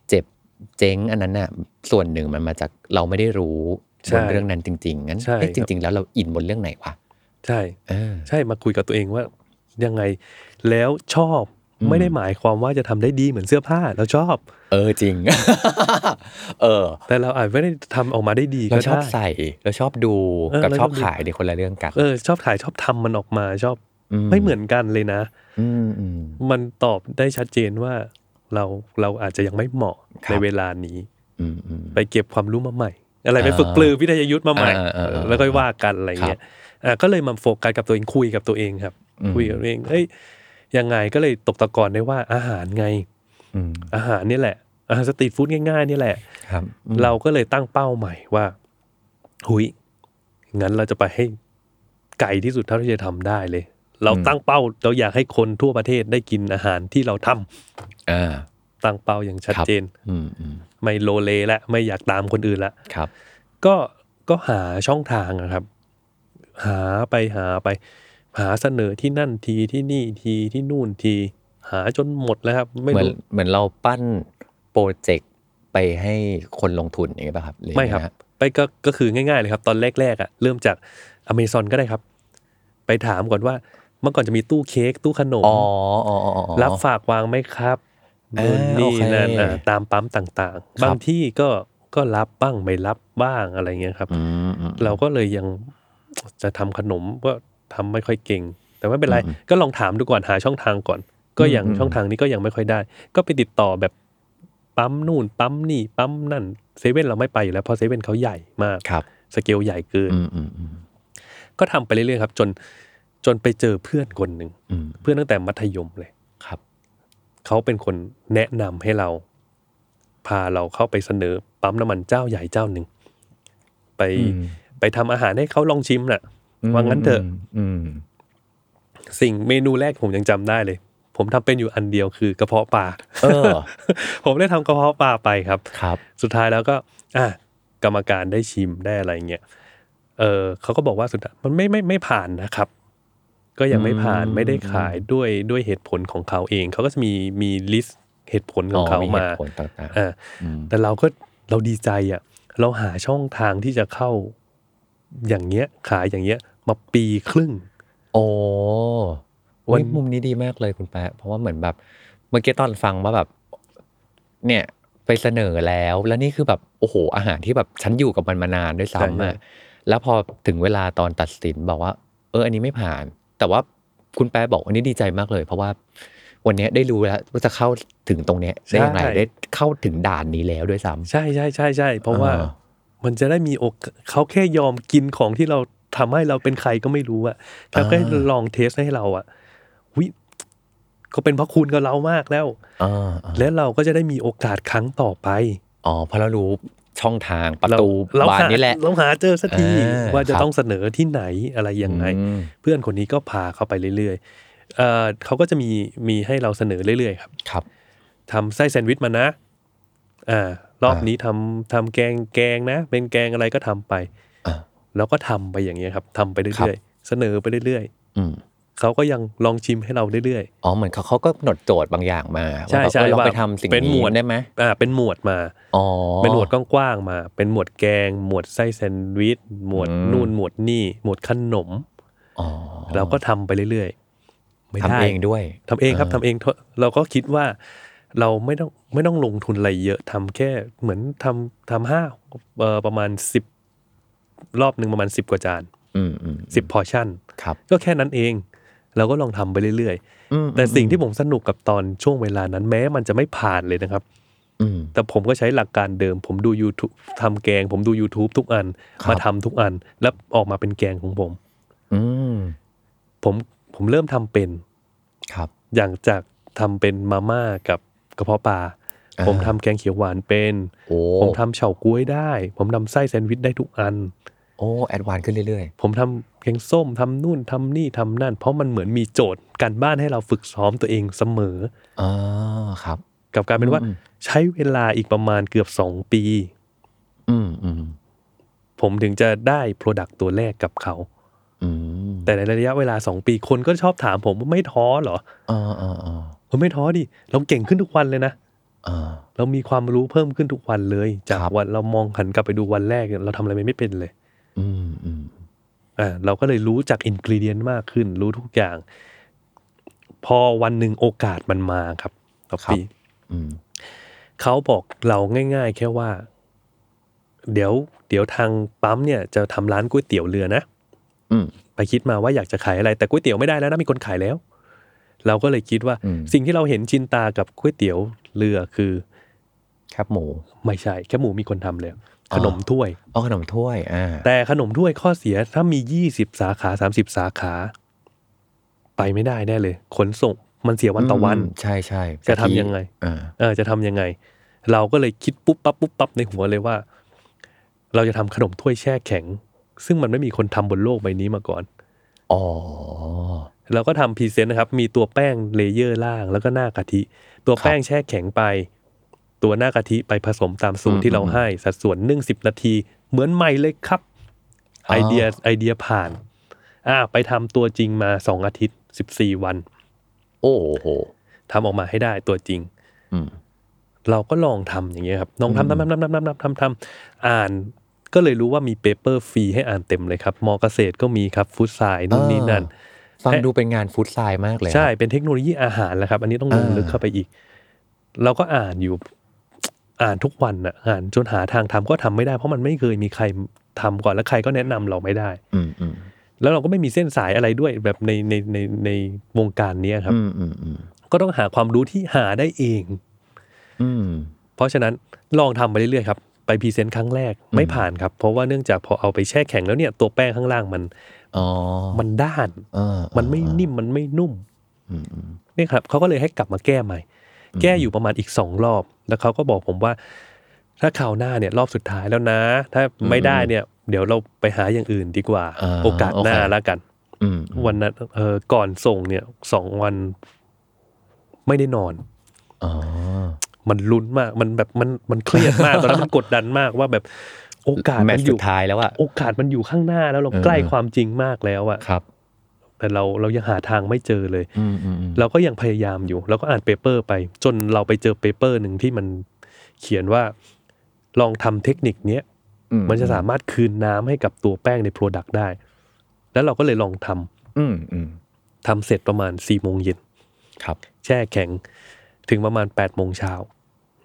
เจ็บเจ๊งอันนั้นน่ะส่วนหนึ่งมันมาจากเราไม่ได้รู้บนเรื่องนั้นจริง ๆ งั้นเอ๊ะจริง ๆ แล้วเราอินบนเรื่องไหนวะ
ใช่
เออ
ใช่มาคุยกับตัวเองว่ายังไงแล้วชอบ
อืม
ไม่ได้หมายความว่าจะทำได้ดีเหมือนเสื้อผ้าเราชอบ
เออจริง เออ
แต่เราอาจไม่ได้ทำออกมาได้ดี
เรา
ก็
ชอบ
ได้
ใส่เราชอบดู
เออ
กับ
เรา
ช
ช
อ
อ
บบ ขายในยคนละเรื่องกัน
เออชอบถ่ายชอบทำมันออกมาชอบไม่เหมือนกันเลยนะ
อืมอืม
มันตอบได้ชัดเจนว่าเราเราอาจจะยังไม่เหมาะ
ครับ
ในเวลานี้
อืมอืม
ไปเก็บความรู้มาใหม่ อะไรไป
อ่า
ฝึกปลือวิทยายุทธ์มาใหม่
อ่าอ่าอ่า
แล้วก็ว่ากันอะไรเงี้ยอ่าก็เลยมาโฟกัสกับตัวเองคุยกับตัวเองครับ
อืม
คุยกับตัวเองเอ้ยยังไงก็เลยตกตะกอนได้ว่าอาหารไง
อืม
อาหารนี่แหละอาหารสตรีทฟู้ดง่ายๆนี่แหละ
ครับอืม
เราก็เลยตั้งเป้าใหม่ว่า หุยงั้นเราจะไปให้ไกลที่สุดเท่าที่จะทำได้เลย เราตั้งเป้าเราอยากให้คนทั่วประเทศได้กินอาหารที่เราทำ
อ่า
ตั้งเป้าอย่างชัด
ครับ
เจน
อืมอืม
ไม่โลเลและไม่อยากตามคนอื่นละ
ครับ
ก็ก็หาช่องทางนะครับ หาไปหาไป หาเสนอที่นั่นทีที่นี่ทีที่นู่นที หาจนหมดแล้วครับ ไม่
เหมือน
รู้
เหมือนเราปั้นโปรเจกต์ไปให้คนลงทุนอย่างเงี้ยป่ะครับหอ
ไม่ครับ
ยังงฮะ
ไปก็ก็คือง่ายๆเลยครับ ตอนแรกๆอ่ะเริ่มจากอเมซอนก็ได้ครับ ไปถามก่อนว่า เมื่อก่อนจะมีตู้เค้กตู้ขนม
อ๋ออ๋ออ๋ออ๋อ
รับฝากวางไหมครับ
อ่า
นู่นนี่
โอเค
นั่นอ่ะตามปั๊มต่าง
ครับ
ๆ บางที่ก็ก็รับบ้างไม่รับบ้างอะไรเงี้ยครับ
อืมอืม
เราก็เลยยังจะทำขนมก็ทำไม่ค่อยเก่ง แต่ไม่เป็นไร
อืม
ก็ลองถามดูก่อนหาช่องทางก่อน ก็ยัง
อืม
ช่องทางนี้ก็ยังไม่ค่อยได้ ก็ไปติดต่อแบบปั๊มนู่น ปั๊มนี่ปั๊มนั่นเซเว่นเราไม่ไปอยู่แล้วเพราะเซเว่นเขาใหญ่มาก
ครับ
สเกลใหญ่เกิน
อืมอืมอืม
ก็ทำไปเรื่อยๆครับ จนจนไปเจอเพื่อนคนหนึ่ง
อืม
เพื่อนตั้งแต่มัธยมเลย
ครับ
เขาเป็นคนแนะนำให้เรา พาเราเข้าไปเสนอ ปั๊มน้ำมันเจ้าใหญ่เจ้าหนึ่งไป
อืม
ไปทำอาหารให้เขาลองชิมน่ะ ว่างั้นเถอะ
อืม
สิ่งเมนูแรกผมยังจำได้เลย ผมทำเป็นอยู่อันเดียวคือกระเพาะปลา
เออ
ผมได้ทำกระเพาะปลาไปครับ
ครับ
สุดท้ายแล้วก็ อ่ะกรรมการได้ชิมได้อะไรเงี้ย เออเขาก็บอกว่าสุดท้ายมันไม่ไม่ไม่ผ่านนะครับ ก็ยังไม่ผ่าน
อืม
ไม่ได้ขายด้วยด้วยเหตุผลของเขาเอง เขาก็จะมีมีลิสต์เหตุผ ลของเขามา
เหตุผลต่าง
อ่า
ๆอืม
แต่เราก็เราดีใจอะ่ะเราหาช่องทางที่จะเข้าอย่างเงี้ยขายอย่างเงี้ยมาปีครึ่ง
โอ้
วั
วัน นมุมนี้ดีมากเลยคุณแปะ เพราะว่าเหมือนแบบเมื่อกี้ตอนฟังว่าแบบ เนี่ยไปเสนอแล้ว แล้วนี่คือแบบโอ้โห อาหารที่แบบฉันอยู่กับมันมานานด้วยซ้ำอะแล้วพอถึงเวลาตอนตัดสินบอกว่า เออ อันนี้ไม่ผ่าน แต่ว่าคุณแปะบอกวันนี้ดีใจมากเลย เพราะว่า วันเนี้ยได้รู้แล้วว่าจะเข้าถึงตรงเนี้ยได้อย่างไร
ใช่
ได้เข้าถึงด่านนี้แล้วด้วยซ้ำ
ใช่ใช่ใช่ใช่เพราะว่า
อ่า
มันจะได้มีโอกเขาแค่ยอมกินของที่เราทำให้เราเป็นใครก็ไม่รู้อะเขาแค่ลองเทสให้เราอะวิก็เป็นพระคุณกับเรามากแล้ว
อ่าอ่า
และเราก็จะได้มีโอกาสครั้งต่อไป
อ๋อเพราะเรารู้ช่องทางประตู
เรา
บาน
หา
นี้แหละ
เราหาเจอสักที
เออ
ว่าจะ
ครับ
ต้องเสนอที่ไหนอะไรยังไง
อืม
เพื่อนคนนี้ก็พาเขาไปเรื่อยๆเอ่อเขาก็จะมีมีให้เราเสนอเรื่อยๆครับ
ครับ
ทำไส้แซนด์วิชมานะ อ่า รอบ
อ่านี้
นี้ทำทำแกงแกงนะ เป็นแกงอะไรก็ทำไป
อ่า
แล้วก็ทำไปอย่างเงี้ยครับทำไป
ครั
เรื่อย
บ
ๆ เสนอไปเรื่อย
อืม
ๆ เขาก็ยังลองชิมให้เราเรื่อย
อ๋อเหมือนเขาเขาก็กำหนดโจทย์บางอย่างมา
ใช่
ว่า
ใช่
เออเรา
ว่า
ไปทำสิ่ง
เป็นหม
นี้
วด
ได้ไหม
ๆ อ่า เป็นหมวดมา
อ๋อ
เป็นหมวดกว้างๆมา เป็นหมวดแกง หมวดไส้แซนด์วิช หมวด
อืม
นู่น หมวดนี่ หมวดขนม
อ๋อ
เราก็ทำไปเรื่อยๆไม่
ทำ
ได้
เองด้วย
ทำเองครับ
อ่า
ทำเองเถอะเราก็คิดว่าเราไม่ต้องไม่ต้องลงทุนอะไรเยอะทำแค่เหมือนทำทำห้าเอ่อประมาณสิบรอบหนึ่งประมาณสิบกว่าจาน
อืมอืม
สิบพอชั่น
ครับ
ก็แค่นั้นเอง เราก็ลองทำไปเรื่อย
อืม
ๆ แต่สิ่งที่ผมสนุกกับตอนช่วงเวลานั้นแม้มันจะไม่ผ่านเลยนะครับ
อืม
แต่ผมก็ใช้หลักการเดิม ผมดู YouTube ทำแกง ผมดู YouTube ทุกอัน
ครับ
มาทำทุกอัน แล้วออกมาเป็นแกงของผม
อืม
ผมผมเริ่มทำเป็น
ครับ
อย่างจากทำเป็นมาม่ากับกระเพาะปลา
า
ผมทำแกงเขียวหวานเป็น
โอ้
ผมทำเฉาก๊วยได้ ผมทำไส้แซนด์วิชได้ทุกอัน
โอ้แอดวานซ์ขึ้นเรื่อย
ผมทำแกงส้มทำนู่นทำนี่ทำนั่น เพราะมันเหมือนมีโจทย์การบ้านให้เราฝึกซ้อมตัวเองเสมอ
ๆอ๋อครับ
กับกลารเป็นว่า
อืม
ใช้เวลาอีกประมาณเกือบ 2 ปี
อืมอืม
ผมถึงจะได้โปรดักต์ตัวแรกกับเขา
อืม
แต่ในระยะเวลา 2 ปีคนก็ชอบถามผมว่าไม่ท้อเหรอ
อ่าอ่าอ่า
เออไม่ท้อดิเราเก่งขึ้นทุกวันเลยนะ
อ่า
เรามีความรู้เพิ่มขึ้นทุกวันเลย จาก
ครับ
วันเรามองหันกลับไปดูวันแรกเนี่ยเราทำอะไรไม่เป็นเลย
อืมอืม
อ่าเราก็เลยรู้จากอินกรีเดียนมากขึ้น รู้ทุกอย่าง พอวันหนึ่งโอกาสมันมาครับต่อปี
อืม
เขาบอกเราง่าย ๆ แค่ว่า เดี๋ยว เดี๋ยวทางปั๊มเนี่ยจะทำร้านก๋วยเตี๋ยวเรือนะ
อืม
ไปคิดมาว่าอยากจะขายอะไรแต่ก๋วยเตี๋ยวไม่ได้แล้วนะมีคนขายแล้ว เราก็เลยคิดว่า
อืม
สิ่งที่เราเห็นชินตากับก๋วยเตี๋ยวเรือคือ
แคบหมู
ไม่ใช่แค่หมูมีคนทำแล้วขนมถ้วย
อ๋อขนมถ้วยอ่า
แต่ขนมถ้วยข้อเสียถ้ามี 20 สาขา 30 สาขา ไปไม่ได้แน่เลย ขนส่งมันเสียวันต่อวัน
มใช่ใช่
จะทำยังไง
อ่า
เออจะทำยังไง เราก็เลยคิดปุ๊บปั๊บปุ๊บปั๊บในหัวเลยว่า เราจะทำขนมถ้วยแช่แข็ง ซึ่งมันไม่มีคนทำบนโลกใบนี้มาก่อน
อ๋อ
เราก็ทำพรีเซนต์นะครับ มีตัวแป้งเลเยอร์ล่างแล้วก็หน้ากะทิ ตัวแป้งแช่แข็งไป ตัวหน้ากะทิไปผสมตามสูตรที่เราให้ สัดส่วนนึ่งสิบนาที เหมือนใหม่เลยครับ ไอเดียไอเดียผ่าน อ่า ไปทำตัวจริงมาสองอาทิตย์สิบสี่วัน
โอ้โห
ทำออกมาให้ได้ตัวจริง
อืม
เราก็ลองทำอย่างเงี้ยครับลองทำทำทำทำทำทำทำทำอ่าน ก็เลยรู้ว่ามีเปเปอร์ฟรีให้อ่านเต็มเลยครับมอเกษตรก็มีครับฟู้ดไซน์นู่นนี่นั่น
ฟัง
เอ๊ะ
ดูเป็นงานฟู้ดไซน์มากเลยนะ
ใช่เป็นเทคโนโลยีอาหารแหละครับ อันนี้ต้องลง
อ่า
ลึกเข้าไปอีก เราก็อ่านอยู่ อ่านทุกวันอ่ะอ่านจนหาทางทำก็ทำไม่ได้ เพราะมันไม่เคยมีใครทำก่อนแล้วใครก็แนะนำเราไม่ได้
อืมอืม
แล้วเราก็ไม่มีเส้นสายอะไรด้วยแบบในในในในวงการเนี้ยครับ
อืมอืมอืม
ก็ต้องหาความรู้ที่หาได้เอง
อืม
เพราะฉะนั้นลองทำไปเรื่อยๆครับ ไปพรีเซนต์ครั้งแรกไม่ผ่านครับ เพราะว่าเนื่องจากพอเอาไปแช่แข็งแล้วเนี่ยตัวแป้งข้างล่างมัน
อ๋อ
มันด้าน
เออ
มันไม่นิ่มมันไม่นุ่ม
อืมอืม
นี่ครับเขาก็เลยให้กลับมาแก้ใหม่ แก้อยู่ประมาณอีกสองรอบ แล้วเขาก็บอกผมว่า ถ้าคราวหน้าเนี่ยรอบสุดท้ายแล้วนะ ถ้าไม่ได้เนี่ย เดี๋ยวเราไปหาอย่างอื่นดีกว่า
า
โอกาสหน้า
โอเค
แล้วกัน
อืม
วันนั้นเออก่อนส่งเนี่ยสองวันไม่ได้นอน
อ๋อ
มันลุ้นมากมันแบบมันมันเครียด มาก ตอนนั้นมันกดดันมากว่าแบบโอกาส
แมต
มัน
ช์
อ
สุ
ยู่
ดท้ายแล้วอะ
โอกาสมันอยู่ข้างหน้าแล้วเรา
เออ
ใกล้ความจริงมากแล้วอะ
ครับ
แต่เราเรายังหาทางไม่เจอเลย
อืมอืมอืม
เราก็ยังพยายามอยู่เราก็อ่านเปเปอร์ไป จนเราไปเจอเปเปอร์หนึ่งที่มันเขียนว่า ลองทำเทคนิคเนี้ย
อื
มันจะสามารถคืนน้ำให้กับตัวแป้งในโปรดักต์ได้ แล้วเราก็เลยลองทำ
อืมอืม
ทำเสร็จประมาณ4ี่โมงเย็น
ครับ
แช่แข็งถึงประมาณ8ปดโมงเช้า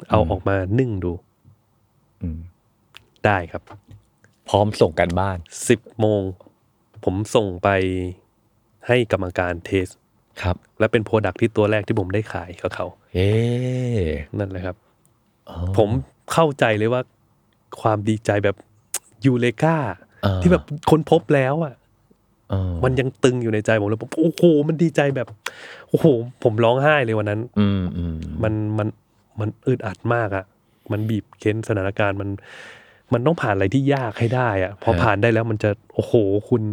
เอาออกมานึ่งดู
อืม
ได้ครับ
พร้อมส่งกันบ้าน
สิบโมง ผมส่งไปให้กรรมการเทส
ครับ
และเป็นโปรดักที่ตัวแรกที่ผมได้ขายกับเขา
เอ๊ะ
นั่นแหละครับ
อ๋อ
ผมเข้าใจเลยว่าความดีใจแบบ ยูเลกา
อ่า
ที่แบบค้นพบแล้วอ่ะ
อ๋อ
มันยังตึงอยู่ในใจผมเลยผมโอ้โหมันดีใจแบบ โอ้โห ผมร้องไห้เลยวันนั้น
อืมอืม
มันมันมันอึดอัดมากอะ่ะ มันบีบเค้นสถานการณ์มัน มันต้องผ่านอะไรที่ยากให้ได้อะ่ะ พอผ่านได้แล้วมันจะโอ้โหคุณ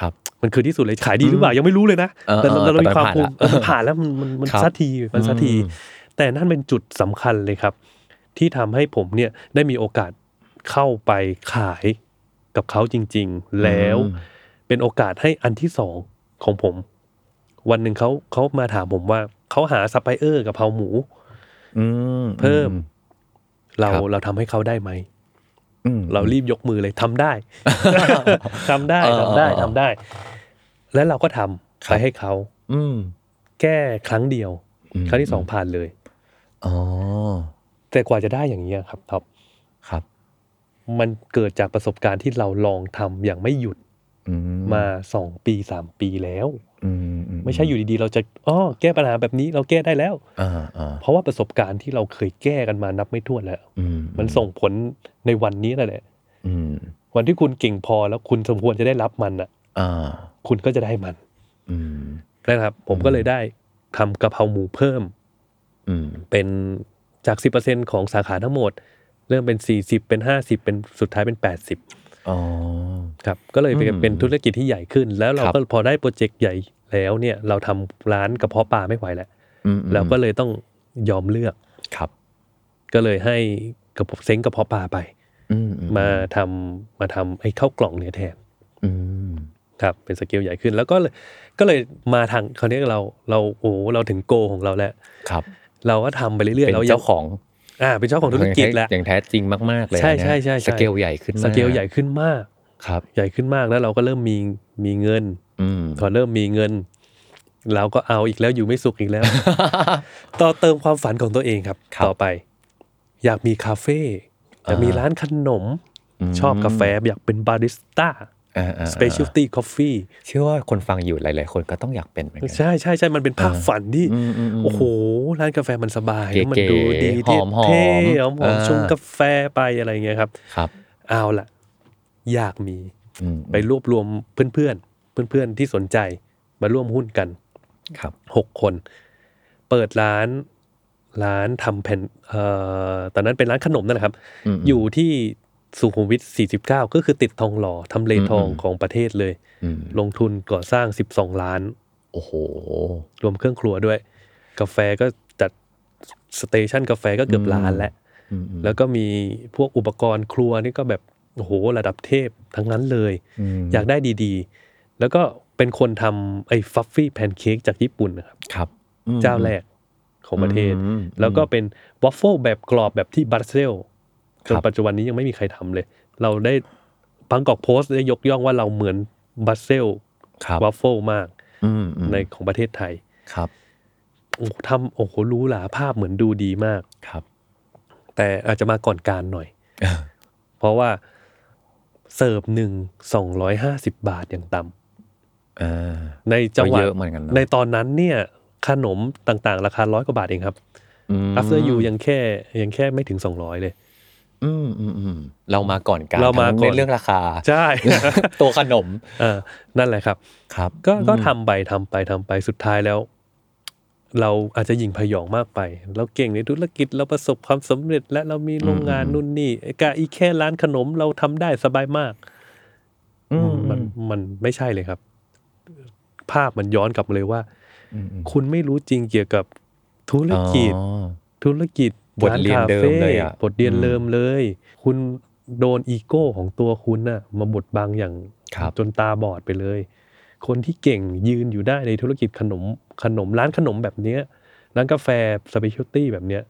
ครับ
มันคือที่สุดเลยขายดีหรือเปล่ายังไม่รู้เลยนะ
เออ
แต่เรา
เออ
แต่เรา
แต่
มีความภูมิ
มันผ่านละ
เออมันผ่านแล้วมันมันมัน
ครับ
สักทีมันสักที
อืม
แต่นั่นเป็นจุดสำคัญเลยครับ ที่ทำให้ผมเนี่ยได้มีโอกาสเข้าไปขายกับเขาจริง ๆ แล้วเป็นโอกาสให้อันที่สองของผม วันหนึ่งเขาเขามาถามผมว่าเขาหาสไปเออร์กับเพราหมู
อืม
เพิ่ม เรา
ครับ
เราทำให้เขาได้ไหม
อืม
เรารีบยกมือเลยทำได้ ทำได้
เออ
ทำได้
เออเออ
ทำได้ แล้วเราก็ทำ
ครับ
ไปให้เขา
อืม
แก้ครั้งเดียว
อืม
ครั้งที่สองผ่านเลย
อ๋อ
แต่กว่าจะได้อย่างนี้ยครับท็อป
ครับ
มันเกิดจากประสบการณ์ที่เราลองทำอย่างไม่หยุด
อืม
มาสองปีสามปีแล้ว
อืมอื
ไม่ใช่อยู่ดีๆ เราจะอ๋อแก้ปัญหาแบบนี้เราแก้ได้แล้ว
อ่าอ่า
เพราะว่าประสบการณ์ที่เราเคยแก้กันมานับไม่ถ้วนแล้ว
อืม
มันส่งผลในวันนี้นั่นแหละ
อืม
วันที่คุณเก่งพอแล้วคุณสมควรจะได้รับมันอ่ะ
อ่า
คุณก็จะได้มัน
อืม
นะครับ ผมก็เลยได้ทำกะเพราหมูเพิ่ม
อืม
เป็นจาก 10%ของสาขาทั้งหมด เริ่มเป็น 40 เป็น 50 เป็นสุดท้ายเป็น 80
อ๋อ
ครับ ก็เลยเป็น
อืม
เป็นธุรกิจที่ใหญ่ขึ้น แล้วเรา
ครับ
ก็พอได้โปรเจกต์ใหญ่แล้วเนี่ย เราทำร้านกระเพาะปลาไม่ไหวแล้ว
อืมอืม
เราก็เลยต้องยอมเลือก
ครับ
ก็เลยให้กระเพาะเซ้งกระเพาะปลาไป
อืม
มาทำมาทำไอ้ข้าวกล่องเนี่ยแทน
อืม
ครับ เป็นสเกลใหญ่ขึ้น แล้วก็เลยก็เลยมาทางคราวนี้เราเราโอ้โหเราถึงโกของเราแล้ว
ครับ
เราก็ทำไปเรื่อย
เป็
ๆ
น
เรายัง
เจ้าของ
อ่าเป็นเจ้าของธุรกิจแหละ
อย่างแท้จริงมาก ๆ เลย
ใช่
นะ
ใช่ใช่ใช่
สเกลใหญ่ขึ้นมา
สเกลใหญ่ขึ้นมาก
ครับ
ใหญ่ขึ้นมากแล้วเราก็เริ่มมีมีเงิน
อืม
พอเริ่มมีเงิน เราก็เอาอีกแล้วอยู่ไม่สุขอีกแล้ว ต่อเติมความฝันของตัวเองครับ
ครับ
ต่อไป อยากมีคาเฟ่อยากมี
อ่า
ร้านขนม ชอบกาแฟอยากเป็นบาริสต้า
อ่าอ่าอ่า
สเปเชียลตี้คอฟฟี่
เชื่อว่าคนฟังอยู่หลาย ๆ คนก็ต้องอยากเป็นเหมือนกัน
ใช่ใช่ใช่มันเป็นภาพฝันที่
อืมอืมอืม
โอ้โห ร้านกาแฟมันสบาย
เก๋ๆ
มันดูดี
หอมๆ
เท่หอม
อ่า
ๆชงกาแฟไปอะไรอย่างเงี้ยครับ
ครับ
เอาล่ะ อยากมี
อืม
ไปรวบรวมเพื่อนๆ เพื่อนๆ ที่สนใจมาร่วมหุ้นกัน
ครับ
หกคน เปิดร้านร้านทำแผ่นเอ่อตอนนั้นเป็นร้านขนมนั่นแหละครับ
อืม
อยู่ที่สุขุมวิท 49 ก็คือติดทองหล่อทำเลทอง
อืม
ของประเทศเลย
อืม
ลงทุนก่อสร้าง 12 ล้าน
โอ้โห
รวมเครื่องครัวด้วย กาแฟก็จัดสเตชันกาแฟก็เกือบล้านแล้ว
อืมอืม
แล้วก็มีพวกอุปกรณ์ครัวนี่ก็แบบโอ้โหระดับเทพทั้งนั้นเลย
ม
อยากได้ดีๆ แล้วก็เป็นคนทำไอ้ฟัฟฟี่แพนเค้กจากญี่ปุ่นนะครับ
ครับอืม
เจ้าแรกของประเทศ
อืม
แล้วก็เป็นวอฟเฟิลแบบกรอบแบบที่บรัสเซลจ
ครั
น
บ
ปัจจุบันนี้ยังไม่มีใครทำเลย เราได้บางกอกโพสต์ได้ยกย่องว่าเราเหมือนบรัสเซล
ครับ
วอฟเฟิลมาก
อืมอืม
ในของประเทศไทย
ครับ
โอ้โหทำโอ้โหหรู้หลาภาพเหมือนดูดีมาก
ครับ
แต่อาจจะมาก่อนการ หน่อย เพราะว่าเสิร์ฟหนึ่งสองร้อยห้าสิบบาทอย่างต่ำ
อ่า
ในจังห
ก็
วะ
เยอะเหมือนกันเนอะ
ในตอนนั้นเนี่ยขนมต่างๆ ราคาร้อยกว่าบาทเองครับ
อืม
after you ยังแค่ยังแค่ไม่ถึง 200 เลย
อืมอืมอืมเรามาก่อนการ
เรามาก่อน
ทั้งในเรื่องราคา
ใช่
ตัวขนม
เออนั่นแหละครับ
ครับ
ก็ก็
อืม
ทำไปทำไปทำไปสุดท้ายแล้ว เราอาจจะหยิ่งพยองมากไป เราเก่งในธุรกิจเราประสบความสำเร็จ และเรามีโรงงานนู่นนี่กะอีแค่ร้านขนมเราทำได้สบายมาก
อืม
มันมันไม่ใช่เลยครับ ภาพมันย้อนกลับมาเลยว่า
อืมอืม
คุณไม่รู้จริงเกี่ยวกับธุรกิจ
อ๋อ
ธุรกิจ
บทเรียนเดิมเลยอะ
บทเรียนเดิมเลย คุณโดนอีโก้ของตัวคุณน่ะมาบดบังอย่าง
ครับ
จนตาบอดไปเลย คนที่เก่งยืนอยู่ได้ในธุรกิจขนมขนมร้านขนมแบบเนี้ยร้านกาแฟสเปเชียลตี้แบบเนี้ย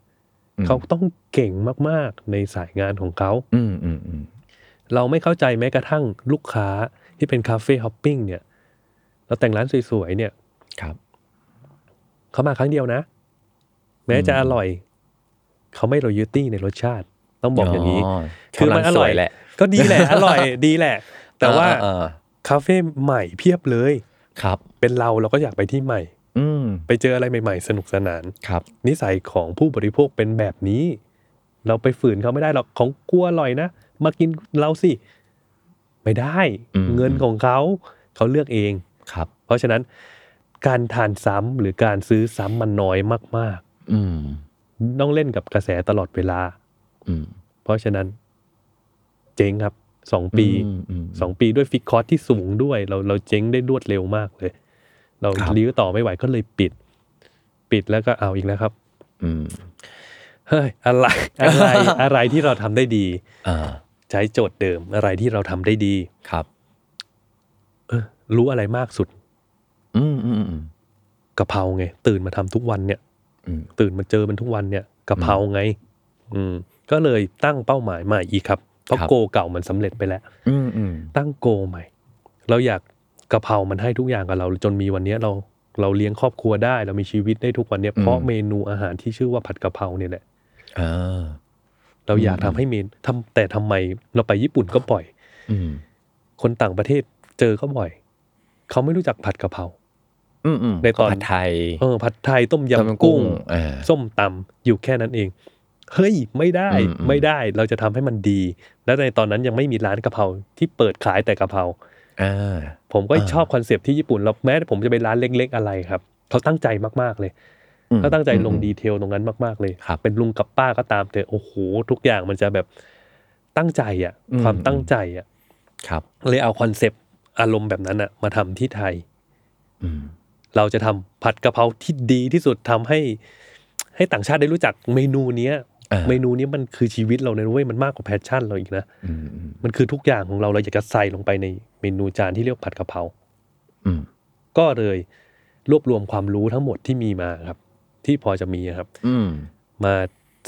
อืม
เขาต้องเก่งมากๆในสายงานของเขา
อืมอืมอืม
เราไม่เข้าใจแม้กระทั่งลูกค้าที่เป็นคาเฟ่ฮอปปิ้งเนี่ยเราแต่งร้านสวยๆเนี่ย
ครับ
เขามาครั้งเดียวนะ แม้จะอร่อย เขาไม่รอยูตี้ในรสชาติ ต้องบอกอย่างนี้ คื
คือ อ
มั
มัน น
อ
อ
ร่
ร่
อ
อย ยแหละ
ก็ดีแหละ อร่อยดีแหละ แต่ว่า
เออเออ
คาเฟ่ใหม่เพียบเลย
ครับ
เป็นเราเราก็อยากไปที่ใหม่
อืม
ไปเจออะไรใหม่ๆ สนุกสนาน
ครับ
นิสัยของผู้บริโภคเป็นแบบนี้ เราไปฝืนเขาไม่ได้หรอกของกลัวอร่อยนะ มากินเราสิ ไม่ได้ เงินของเขาเขาเลือกเอง
ครับ
เพราะฉะนั้นการทานซ้ำหรือการซื้อซ้ำมันน้อยมาก
อืม
ๆ ต้องเล่นกับกระแสตลอดเวลา
อืม
เพราะฉะนั้น เจ๊งครับสองปี
อืมอืม
สองปีด้วยฟิกคอสที่สูงด้วย เราเราเจ๊งได้รวดเร็วมากเลย เรา
ครับ
ลี้วต่อไม่ไหวก็เลยปิด ปิดแล้วก็เอาอีกแล้วครับ
อืม
เฮ้ยอะไรอะไร อะไรที่เราทำได้ดี
อ่า
ใช้โจทย์เดิม อะไรที่เราทำได้ดี
ครับ
เออรู้อะไรมากสุด
อืมอืมอืม
กะเพราไง ตื่นมาทำทุกวันเนี่ย
อืม
ตื่นมาเจอมันทุกวันเนี่ยกะเพราไง อืม ก็เลยตั้งเป้าหมายใหม่อีกครับเพราะโกเก่ามันสำเร็จไปแล้ว
อืมอืม
ตั้งโกใหม่ เราอยากกะเพรามันให้ทุกอย่างกับเรา จนมีวันเนี้ยเราเราเลี้ยงครอบครัวได้ เรามีชีวิตได้ทุกวันเนี้ยเพราะเมนูอาหารที่ชื่อว่าผัดกะเพราเนี่ยแหละ
อ่า
เราอยากทำให้เมนทำแต่ทำไมเราไปญี่ปุ่นก็บ่อย
อืม
คนต่างประเทศเจอเขาบ่อย เขาไม่รู้จักผัดกะเพรา
อืมอืม
ในตอน
ผัดไทย
เออ ผัดไทยต้ม
ต้มยำ
ยำกุ้
กุ้
ง
งอ่า
ส้มตำอยู่แค่นั้นเอง เฮ้ย ไม่ได้
อืมอืม
ไม่ได้เราจะทำให้มันดี แล้วในตอนนั้นยังไม่มีร้านกะเพราที่เปิดขายแต่กะเพรา
อ่า
ผมก็
อ่า
ชอบคอนเซปต์ที่ญี่ปุ่นแล้วแม้ผมจะไปร้านเล็ก ๆ อะไรครับ เขาตั้งใจมากๆเลย
อืม
เขาตั้งใจลง
อืม
ดีเทลตรงนั้นมากๆเลย
ครับ
เป็นลุงกับป้าก็ตามแต่โอ้โหทุกอย่างมันจะแบบตั้งใจอะ
อืม
ความตั้งใจอะ
ครับ
เลยเอาคอนเซปต์อารมณ์แบบนั้นอะมาทำที่ไทย
อืม
เราจะทำผัดกะเพราที่ดีที่สุดทำให้ ให้ต่างชาติได้รู้จักเมนูเนี้ย
อ่า
เมนูนี้มันคือชีวิตเราในะเว้ยมันมากกว่าแพชชั่นเราอีกนะ
อืมอืม
มันคือทุกอย่างของเราเราอยากจะใส่ลงไปในเมนูจานที่เรียกผัดกะเพรา
อืม
ก็เลยรวบรวมความรู้ทั้งหมดที่มีมาครับ ที่พอจะมีครับ
อืม
มา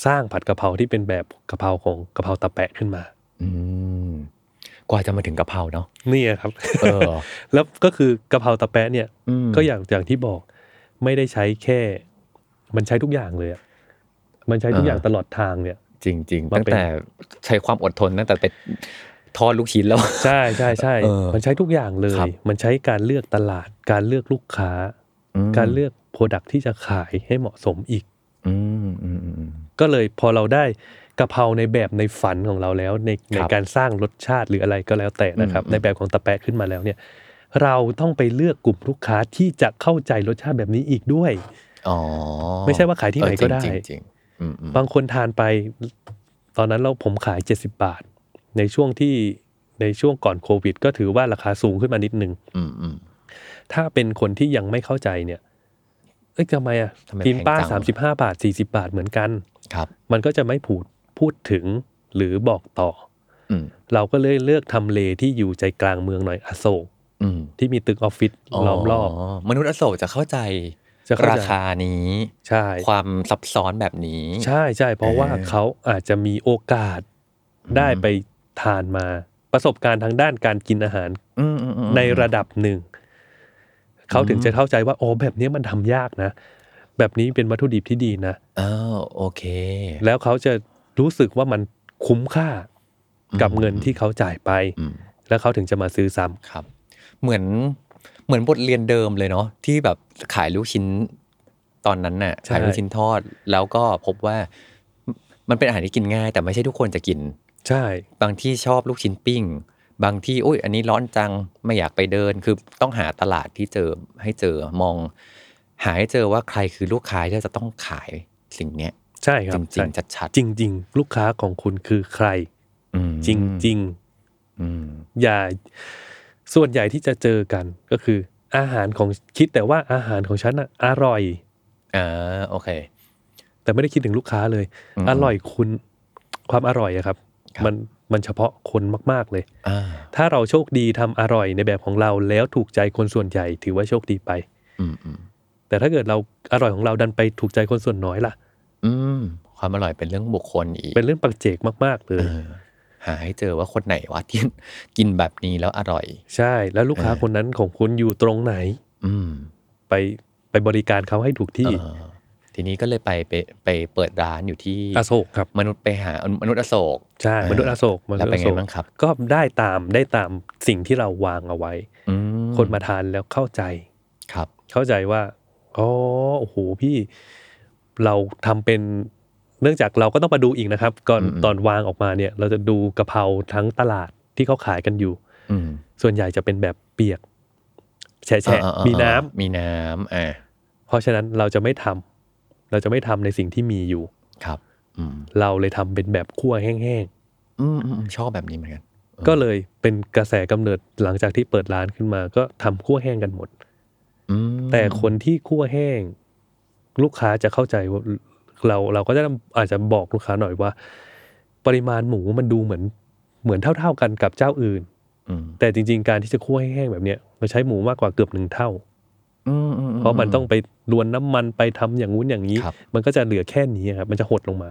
สร้างผัดกะเพราที่เป็นแบบกะเพราของกะเพราตะแปะขึ้นมา
อืมกว่าจะมาถึงกะเพราเนาะ
เนี่ยครับ
เออ
แล้วก็คือกะเพราตะแปะเนี่ย
อืม
ก็อย่างอย่างที่บอกไม่ได้ใช้แค่ มันใช้ทุกอย่างเลยอะมันใช้ทุกอย่าง
อ่า
ตลอดทางเนี่ย
จริง ๆ
มา
ตั้ง
เป็น
แต่ใช้ความอดทนตั้งแต่ไปทอดลูกชิ้นแล้ว
ใช่ใช่ใช่
เออ
มันใช้ทุกอย่างเลย
ครับ
มันใช้การเลือกตลาด การเลือกลูกค้า
ม
การเลือกโปรดักที่จะขายให้เหมาะสมอีก
อืมอืมอืมอืม
ก็เลยพอเราได้กะเพราในแบบในฝันของเราแล้ว ในใน
ครับ
การสร้างรสชาติหรืออะไรก็แล้วแต่นะครับ
อืม
ในแบบของตะแปะขึ้นมาแล้วเนี่ย เราต้องไปเลือกกลุ่มลูกค้าที่จะเข้าใจรสชาติแบบนี้อีกด้วย
อ๋อ
ไม่ใช่ว่าขายที่ไหน
เออ
ก็ได้
จริงๆจริงๆอืมอืม
บางคนทานไป ตอนนั้นเราผมขาย 70 บาท ในช่วงที่ในช่วงก่อนโควิด ก็ถือว่าราคาสูงขึ้นมานิดนึง
อืมอืม
ถ้าเป็นคนที่ยังไม่เข้าใจเนี่ย เอ้ยทำไมอ่ะ
ทำไม
กินป้า
แพงจั
สาง มสิบห้าบาทสี่สิบาทเหมือนกัน
ครับ
มันก็จะไม่พูดพูดถึงหรือบอกต่อ
อืม
เราก็เลยเลือกทำเลที่อยู่ใจกลางเมืองหน่อยอโศก
อืม
ที่มีตึกออฟฟิศล้อมรอบ
มนุษย์อโศกจะเข้าใจ
จะเข้าใจ
ราคานี้
ใช่
ความซับซ้อนแบบนี้
ใช่ใช่เพราะว่า
เออ
เขาอาจจะมีโอกาสได้ไปทานมา ประสบการณ์ทางด้านการกินอาหาร
อืมอืมอืม
ในระดับหนึ่ง เขาถึง
อืม
จะเข้าใจว่าโอ้แบบนี้มันทำยากนะ แบบนี้เป็นวัตถุดิบที่ดีนะ
อ้าวโอเค
แล้วเขาจะรู้สึกว่ามันคุ้มค่ากับเงินที่เขาจ่ายไป
อืม
แล้วเขาถึงจะมาซื้อซ้
ครับ เหมือนเหมือนบทเรียนเดิมเลยเนาะที่แบบขายลูกชิ้นตอนนั้นน่ะขายลูกชิ้นทอด แล้วก็พบว่ามันมันเป็นอาหารที่กินง่าย แต่ไม่ใช่ทุกคนจะกิน
ำใช่
บางที่ชอบลูกชิ้นปิ้ง บางที่อุ้ยอันนี้ร้อนจังไม่อยากไปเดิน คือต้องหาตลาดที่เจอให้เจอมอง หาให้เจอว่าใครคือลูกค้าที่จะต้องขายสิ่งเนี้ย
ใช่ครั
จ
บ
ริงๆชัด
จริงจริง ๆ ลูกค้าของคุณคือใคร
ๆอืม
จริงจริง
อืม
ๆอย่าส่วนใหญ่ที่จะเจอกันก็คือ อาหารของคิดแต่ว่าอาหารของฉันน่ะอร่อย
อ่าโอเค
แต่ไม่ได้คิดถึงลูกค้าเลย
อืม
อร่อยคุณความอร่อยอะครับ
ครับ
มันมันเฉพาะคนมากๆเลย
อ่า
ถ้าเราโชคดีทำอร่อยในแบบของเราแล้วถูกใจคนส่วนใหญ่ถือว่าโชคดีไป
อืมอืม
แต่ถ้าเกิดเราอร่อยของเราดันไปถูกใจคนส่วนน้อยล่ะ
อืมความอร่อยเป็นเรื่องบุคคลอีก
เป็นเรื่องปักเจกมากๆเล
เอย อหาให้เจอว่าคนไหนวะที่ กินแบบนี้แล้วอร่อย
ใช่แล้วลูกค้า
เออ
คนนั้นของคุณอยู่ตรงไหน
อืม
ไปไปบริการเขาให้ถูกที่
เออทีนี้ก็เลยไปไปไปเปิดร้านอยู่ที่
อโศกครับ
มนุษย์ไปหามนุษย์อโศก
ใช่
เออ
มนุษย์อโศกมนุ
แล้ว
ษย์
เป็
อน
ไง
โศก
บ้างครับ
ก็ได้ตามได้ตามสิ่งที่เราวางเอาไว้
อืม
คนมาทานแล้วเข้าใจ
ครับ
เข้าใจว่าอ๋อโอ้โหพี่ เราทำเป็นเนื่องจากเราก็ต้องมาดูอีกนะครับ ก่อน
อืม
ตอนวางออกมาเนี่ย เราจะดูกะเพราทั้งตลาดที่เขาขายกันอยู่
อืม
ส่วนใหญ่จะเป็นแบบเปียก แฉะ
อ่าอ่าอ่า
ๆมีน้ำ
มีน้ำอ่า
เพราะฉะนั้นเราจะไม่ทำเราจะไม่ทำในสิ่งที่มีอยู่
ครับ อืม
เราเลยทำเป็นแบบคั่วแห้ง
อืมอืมอืมชอบแบบนี้เหมือนกัน
ๆ ก็เลยเป็นกระแสกำเนิดหลังจากที่เปิดร้านขึ้นมา ก็ทำคั่วแห้งกันหมด
อืม
แต่คนที่คั่วแห้ง ลูกค้าจะเข้าใจว่าเราเราก็จะอาจจะบอกลูกค้าหน่อยว่า ปริมาณหมูมันดูเหมือนเหมือนเท่า ๆกันกับเจ้าอื่น
อืม
แต่จริง ๆ การที่จะคั่วแห้งๆแบบเนี้ยเราใช้หมูมากกว่าเกือบหนึ่งเท่า
อืมอืม
เพราะมันต้องไปรวนน้ำมันไปทำอย่างงู้นอย่างนี้
ครับ
มันก็จะเหลือแค่นี้ครับมันจะหดลงมา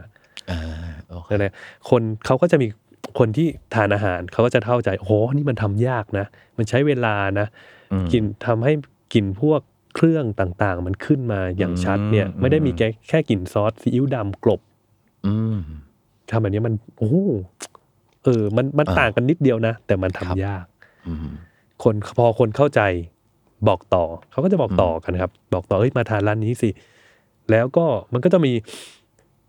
อ่าโอเค
นั่นแหละคนเขาก็จะมีคนที่ทานอาหารเขาก็จะเข้าใจโอ้โหนี่มันทำยากนะ มันใช้เวลานะ
อืม
กลิ่นทำให้กลิ่นพวกเครื่องต่างๆ มันขึ้นมาอย่างชัดเนี่ย
อืม
ไม่ได้มีแค่แค่กลิ่นซอสซีอิ๊วดำกลบ
อืม
ทำแบบนี้มันโอ้โหเออ มันมัน
อ่า
ต่างกันนิดเดียวนะ แต่มันทำ
ครับ
ยาก
อืม
คนพอคนเข้าใจบอกต่อ เขาก็จะบอกต่อกันครับ บอกต่อเอ้ยมาทานร้านนี้สิ แล้วก็มันก็จะมี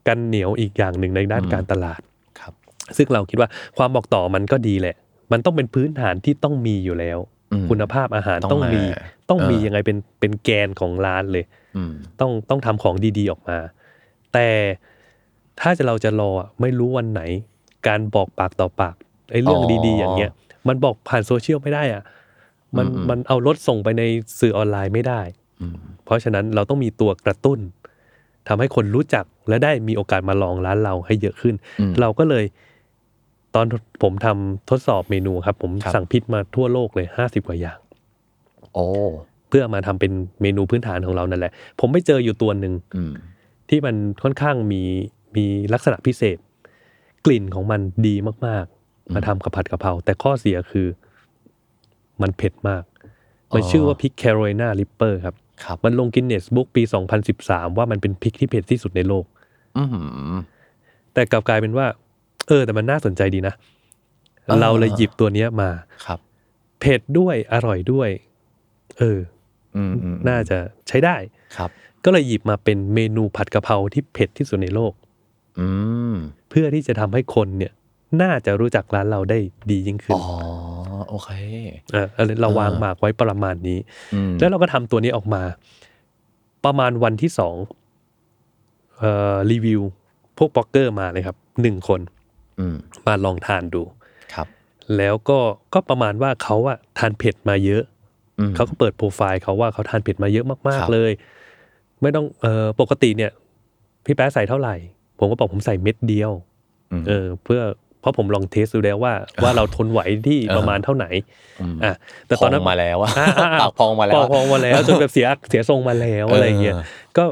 กันเหนียวอีกอย่างหนึ่งในด้าน
อืม
การตลาด
ครับ
ซึ่งเราคิดว่าความบอกต่อมันก็ดีแหละ มันต้องเป็นพื้นฐานที่ต้องมีอยู่แล้ว
อืม
คุณภาพอาหาร
ต้
ต้
อ
อง ง
มา
มี ต้องมี
เออ
ยังไงเป็นเป็นแกนของร้านเลย
อืม
ต้องต้องทำของดีๆออกมา แต่ถ้าจะเราจะรออะไม่รู้วันไหน การบอกปากต่อปากไอ้เรื่องดี ๆ อย่างเงี้ย มันบอกผ่านโซเชียลไม่ได้อ่ะมันมันเอารถส่งไปในสื่อออนไลน์ไม่ได้
อืม
เพราะฉะนั้นเราต้องมีตัวกระตุ้นทำให้คนรู้จักและได้มีโอกาสมาลองร้านเราให้เยอะขึ้น
อืม
เราก็เลย ตอนผมทำทดสอบเมนูครับ ผม
ครับ
สั่งพิษมาทั่วโลกเลยห้าสิบกว่าอย่าง
โอ้
เพื่อมาทำเป็นเมนูพื้นฐานของเรานั่นแหละ ผมไปเจออยู่ตัวหนึ่ง
อืม
ที่มันค่อนข้างมีมีลักษณะพิเศษ กลิ่นของมันดีมากๆ มาทำกับผัดกะเพราแต่ข้อเสียคือมันเผ็ดมากมันชื่อว่าพริกแคโรไลนาลิปเปอร์ครับ
ครับ
มันลงกินเนสบุ๊กปี 2013 ว่ามันเป็นพริกที่เผ็ดที่สุดในโลก
อืม
แต่กลับกลายเป็นว่า เออ แต่มันน่าสนใจดีนะ
เออ
เราเลยหยิบตัวเนี้ยมา
ครับ
เผ็ดด้วยอร่อยด้วย เออ
อืมอืม
น่าจะใช้ได้
ครับ
ก็เลยหยิบมาเป็นเมนูผัดกะเพราที่เผ็ดที่สุดในโลก
อืม
เพื่อที่จะทำให้คนเนี่ย น่าจะรู้จักร้านเราได้ดียิ่งขึ้น
อ๋อโอเค
เออเอาเลยเรา
อ่า
วางหมากไว้ประมาณนี้
อืม
แล้วเราก็ทำตัวนี้ออกมา ประมาณวันที่สองเอ่อรีวิว พวกบล็อกเกอร์มาเลยครับหนึ่งคน
อืม
มาลองทานดู
ครับ
แล้วก็ก็ประมาณว่าเขาอะทานเผ็ดมาเยอะ
อืม
เขาก็เปิดโปรไฟล์เขาว่าเขาทานเผ็ดมาเยอะมา
ค
ก
รับ
ๆเลย ไม่ต้องเออปกติเนี่ย พี่แป๊ะใส่เท่าไหร่ ผมก็บอกผมใส่เม็ดเดียว
ม
เออ เพื่อเพราะผมลองเทสดูแล้วว่า ว่าเราทนไหวที่
อ่า
ประมาณเท่าไหน
ม
อ่ะแต่ตอนนั้
พ
น
องมาแล้วอะ
อ่ะอ่ะอ่ะ
ปากพองมาแล้ว
ปกพองมา แล้วจนแบบเสียเสียทรงมาแล้วอะไรเงี้ย
เออ
ก็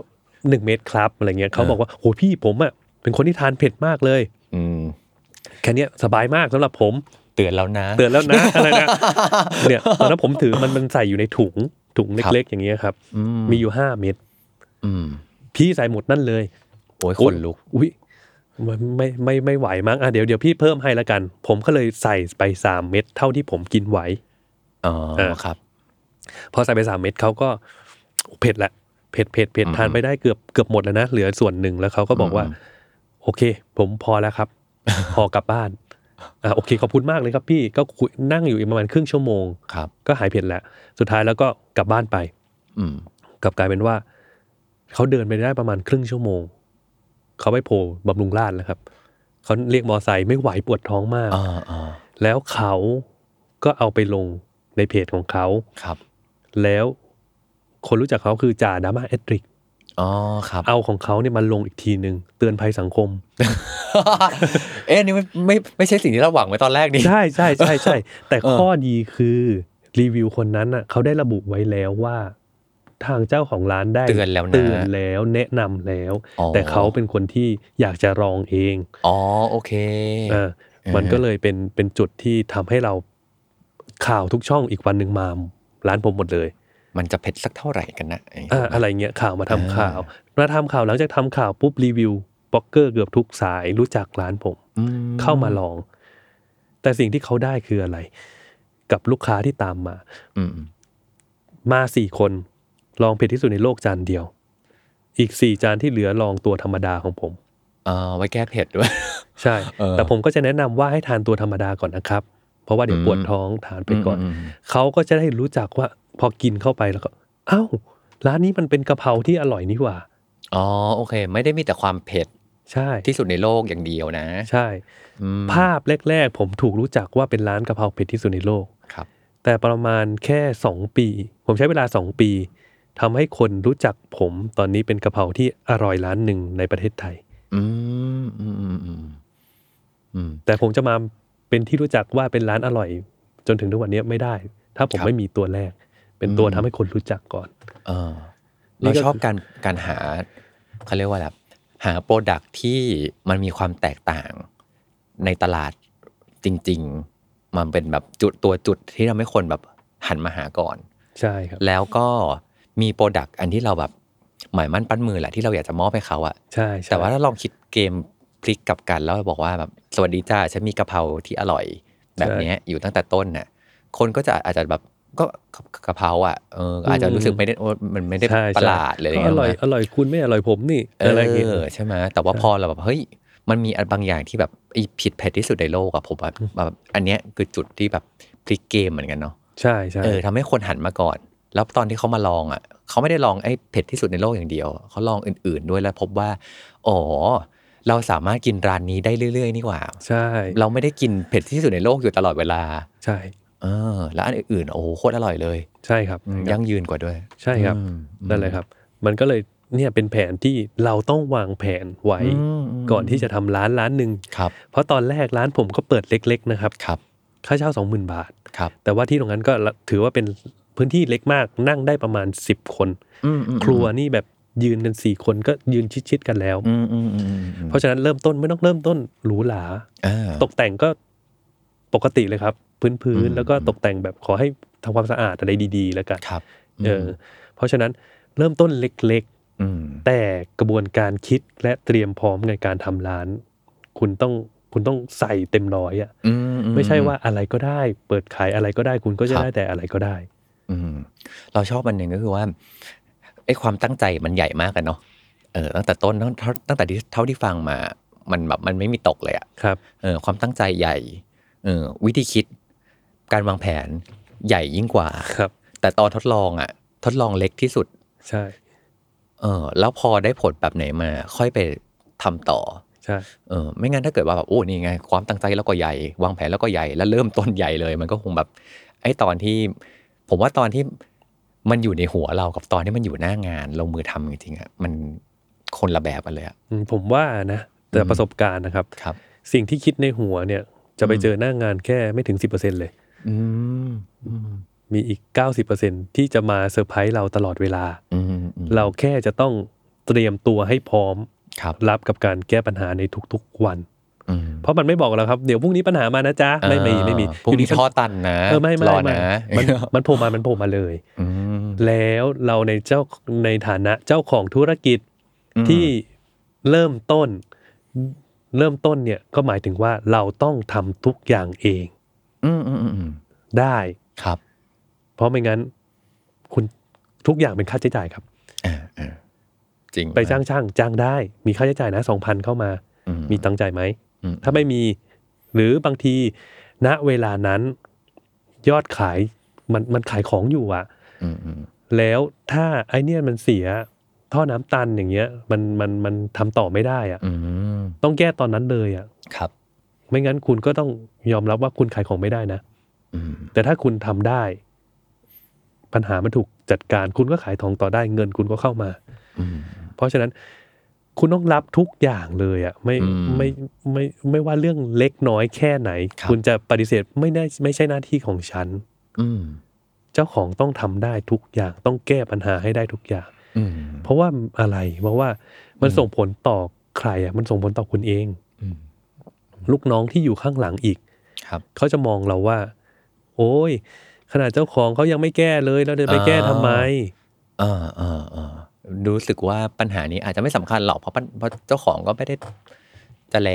หนึ่งเม็ดครับอะไรเงี้ยเขา
เออ
บอกว่าโหพี่ผมอ่ะเป็นคนที่ทานเผ็ดมากเลย
อืม
แค่เนี้ยสบายมากสำหรับผม
เตือนแล้วนะ
เตือนแล้ว นะอะไรนะ เนี่ยตอนนั้นผมถือมันมันใส่อยู่ในถุงถุง
ครับ
เล็กๆ อย่างเงี้ยครับ
อื
มีอยู่ห้าเม็ด
อืม
พี่ใส่หมดนั่นเลย
โอ้ยขนลุก
อุ้ยไม่ไม่ไม่ไม่ไหวมั้งอ่ะเดี๋ยวเดี๋ยวพี่เพิ่มให้ละกัน ผมก็เลยใส่ไปสามเม็ดเท่าที่ผมกินไหว
อ๋อ
เออ
ครับ
พอใส่ไปสามเม็ดเขาก็เผ็ดแหละเผ็ดเผ็ดเผ็ด
อืม
ทานไปได้เกือบเกือบหมดแล้วนะเหลือส่วนหนึ่งแล้วเขาก็บอกว่า
อืม
โอเค ผมพอแล้วครับ พอกลับบ้านอ่ะโอเคขอบคุณมากเลยครับพี่ก็คุยนั่งอยู่อีกประมาณครึ่งชั่วโมง
ครับ
ก็หายเผ็ดแล้วสุดท้ายแล้วก็กลับบ้านไป
อืม
กลับกลายเป็นว่า เขาเดินไปได้ประมาณครึ่งชั่วโมง เขาไปโผล่บำรุงราชแล้วครับเขาเรียกมอไซค์ไม่ไหวปวดท้องมาก
อ่าอ่า
แล้วเขาก็เอาไปลงในเพจของเขา
ครับ
แล้วคนรู้จักเขาคือจ่าดราม่าเอตริก
อ๋อครับ
เอาของเขาเนี่ยมาลงอีกทีหนึ่งเตือนภัยสังคม
เอ๊ะอันนี่ไม่ไม่ไม่ใช่สิ่งที่เราหวังไว้ตอนแรกนี่
ใช่ใช่ใช่ใช่ แต่
เออ
ข้อดีคือรีวิวคนนั้นน่ะเขาได้ระบุไว้แล้วว่า ทางเจ้าของร้านได้
เตือนแล้วนะ
เตือนแล้วแนะนำแล้ว
อ๋อ
แต่เขาเป็นคนที่อยากจะลองเอง
อ๋อโอเค
เออมันก็เลยเป็นเป็นจุดที่ทำให้เราข่าวทุกช่องอีกวันหนึ่งมาร้านผมหมดเลย
มันจะเผ็ดสักเท่าไหร่กันนะไอ้
อ่าอะไรเงี้ยข่าวมาทำข่าว มาทำข่าวหลังจากทำข่าวปุ๊บรีวิวบล็อกเกอร์เกือบทุกสายรู้จักร้านผม
อื
เข้ามาลอง แต่สิ่งที่เขาได้คืออะไร กับลูกค้าที่ตามมา
อืมอืม
มาสี่คนลองเผ็ดที่สุดในโลกจานเดียว อีกสี่จานที่เหลือลองตัวธรรมดาของผม
เอ่อไว้แก้เผ็ดด้วย
ใช่
เออ
แต่ผมก็จะแนะนำว่าให้ทานตัวธรรมดาก่อนนะครับ เพราะว่าเดี๋ยว
อืม
ปวดท้องทานไปก่อน
มมม
เขาก็จะได้รู้จักว่าพอกินเข้าไปแล้วก็เอ้า ร้านนี้มันเป็นกะเพราที่อร่อยนี่หว่า
อ๋อโอเค ไม่ได้มีแต่ความเผ็ด
ใช่
ที่สุดในโลกอย่างเดียวนะ
ใช่
อืม
ภาพแรก ๆ ผมถูกรู้จักว่าเป็นร้านกะเพราเผ็ดที่สุดในโลก
ครับ
แต่ประมาณแค่ 2 ปี ผมใช้เวลา 2 ปีทำให้คนรู้จักผมตอนนี้เป็นกะเพราที่อร่อยร้านหนึ่งในประเทศไทย
อืมอืมอืมอืมอืม
แต่ผมจะมาเป็นที่รู้จักว่าเป็นร้านอร่อย จนถึงทุกวันนี้ไม่ได้ ถ้าผม
ครับ
ไม่มีตัวแรก เป็นตัว
อืม
ทำให้คนรู้จักก่อน
เออ
นี่
เรา
ก็
ชอบ
คือ
การการหาเขาเรียกว่าอะไรหาโปรดักที่มันมีความแตกต่างในตลาดจริง ๆ มันเป็นแบบจุดตัวจุดที่ทำให้คนแบบหันมาหาก่อน
ใช่ครับ
แล้วก็มีโปรดักอันที่เราแบบหมายมั่นปั้นมือแหละที่เราอยากจะมอบให้เขาอะ
ใช่ใช่
แต่ว่าถ้าลองคิดเกมพลิกกลับกันแล้วบอกว่าแบบสวัสดีจ้าฉันมีกะเพราที่อร่อย แบบเนี้ยอยู่ตั้งแต่ต้นน่ะคนก็จะอาจจะแบบก็กะเพราอ่ะเอออาจจะรู้สึกไม่ได้โอ้มันไม่ได้
ใช่ใช่
ประหลาดเลยอะไร
อ
เงี้ย
ร่อยอร่อยคุณไม่อร่อยผมนี่
เอ
อะไรอย่างเงี้ย
อใช่ไหมแต่ว่าพอเราแบบเฮ้ยมันมีอันบางอย่างที่แบบไอ้ผิดเผ็ดที่สุดในโลกอะผมว่าแบบอันเนี้ยคือจุดที่แบบพลิกเกมเหมือนกันเนาะ
ใช่ใช่
เออทำให้คนหันมาก่อน แล้วตอนที่เขามาลองอ่ะเขาไม่ได้ลองไอ้เผ็ดที่สุดในโลกอย่างเดียว เขาลองอื่นๆด้วยแล้วพบว่าอ๋อเราสามารถกินร้านนี้ได้เรื่อย ๆ นี่หว่า
ใช่
เราไม่ได้กินเผ็ดที่สุดในโลกอยู่ตลอดเวลา
ใช่
เออ แล้วอันอื่นๆโอ้โหโคตรอร่อยเลย
ใช่ครับ
อืมยั่งยืนกว่าด้วย
ใช่ครับ
อืม
นั่นแหละครับ มันก็เลยเนี่ยเป็นแผนที่เราต้องวางแผนไว้
อืม
ก่อนที่จะทำร้านร้านหนึ่ง
ครับ
เพราะตอนแรกร้านผมก็เปิดเล็ก ๆ นะครับ
ครับ
ค่าเช่า 20,000 บาท
ครับ
แต่ว่าที่ตรงนั้นก็ถือว่าเป็นพื้นที่เล็กมากนั่งได้ประมาณ 10 คน
อืมอืม
ครัวนี่แบบยืนกัน 4 คนก็ยืนชิดๆกันแล้ว
อืมอืมอืมอืม
เพราะฉะนั้นเริ่มต้นไม่ต้องเริ่มต้นหรูหรา
อ่า
ตกแต่งก็ปกติเลยครับ
อื
พื้น
ม
ๆแล้วก็ตกแต่งแบบขอให้ทำความสะอาดอะไรดี ๆ แล้วกัน
ครับ
เออเพราะฉะนั้นเริ่มต้นเล็ก ๆ
อืม
แต่กระบวนการคิดและเตรียมพร้อมในการทำร้าน คุณต้องคุณต้องใส่เต็มร้อยอะ่ะ
อือื
ไม่ใช่ว่าอะไรก็ได้ เปิดขายอะไรก็ได้ คุณก็
ค
จะ
รับ
ได้แต่อะไรก็ได้
อืมเราชอบอันหนึ่งก็คือว่าไอ้ความตั้งใจมันใหญ่มากกันเนาะเออตั้งแต่ต้นตั้งเท่าตั้งแต่ที่เท่าที่ฟังมา มันแบบมันไม่มีตกเลยอะ
ครับ
เออความตั้งใจใหญ่เออวิธีคิด การวางแผนใหญ่ยิ่งกว่า
ครับ
แต่ตอนทดลองอะทดลองเล็กที่สุด
ใช่
เออ แล้วพอได้ผลแบบไหนมา ค่อยไปทำต่อ
ใช่
เออไม่งั้นถ้าเกิดว่าแบบโอ้นี่ไง ความตั้งใจแล้วก็ใหญ่ วางแผนแล้วก็ใหญ่แล้วเริ่มต้นใหญ่เลย มันก็คงแบบไอ้ตอนที่ ผมว่าตอนที่มันอยู่ในหัวเรากับตอนที่มันอยู่หน้างานลงมือทำจริงๆอะมันคนละแบบกันเลยอะ
อืมผมว่านะแต่
อืม
ประสบการณ์นะครับ
ครับ
สิ่งที่คิดในหัวเนี่ย จะไป
อืม
เจอหน้างานแค่ไม่ถึง 10%เลย
อืมอืม
มีอีก 90%ที่จะมาเซอร์ไพรส์เราตลอดเวลา
อืมอืม
เราแค่จะต้องเตรียมตัวให้พร้อม
ครับ
รับกับการแก้ปัญหาในทุกๆวัน
อืม
เพราะมันไม่บอกเราครับเดี๋ยวพรุ่งนี้ปัญหามานะจ๊ะไม่มีไม่มี
เออพรุ่งนี้
ยู่ดี
ท่อตันนะ
เออไม่ไม่
รอ
ไม่
นะ
มันมันโผล่มามันโผล่มาเลย
อืม
แล้วเราในเจ้าในฐานะเจ้าของธุรกิจที่เริ่มต้น เริ่มต้นเนี่ยก็หมายถึงว่าเราต้องทำทุกอย่างเอง
อืมอืมอืมอืม
ได้
ครับ
เพราะไม่งั้น คุณทุกอย่างเป็นค่าใช้จ่ายครับ
อ่าอ่าจริง
ไปจ้างช่างจ้างได้ มีค่าใช้จ่ายนะสองพันเข้ามา
อื
มีตังค์จ่ายไหม
อื
ถ้าไม่มีหรือบางทีณเวลานั้นยอดขายมันมันขายของอยู่อะ
อืมอืม
แล้วถ้าไอเนี่ยมันเสียท่อน้ำตันอย่างเงี้ยมันมันมันทำต่อไม่ได้อะ
อืม
ต้องแก้ตอนนั้นเลยอะ
ครับ
ไม่งั้นคุณก็ต้องยอมรับว่าคุณขายของไม่ได้นะ
อืม
แต่ถ้าคุณทำได้ ปัญหามันถูกจัดการคุณก็ขายทองต่อได้เงินคุณก็เข้ามา
อืม
เพราะฉะนั้นคุณต้องรับทุกอย่างเลยอะไม่
อืม
ไม่ไม่ไม่ว่าเรื่องเล็กน้อยแค่ไหน
ครับ
คุณจะปฏิเสธไม่ได้ไม่ใช่หน้าที่ของฉัน
อืม
เจ้าของต้องทำได้ทุกอย่างต้องแก้ปัญหาให้ได้ทุกอย่าง
อืม
เพราะว่าอะไรเพราะว่ามันส่งผลต่อใครอะมันส่งผลต่อคุณเอง
อืม
ลูกน้องที่อยู่ข้างหลังอีก
ครับ
เขาจะมองเราว่า โอ้ย ขนาดเจ้าของเขายังไม่แก้เลยแล้วเดินไป
อ่า
แก้ทำไม
เออเออเออรู้สึกว่าปัญหานี้อาจจะไม่สำคัญหรอกเพราะปัญเพราะเจ้าของก็ไม่ได้จะแล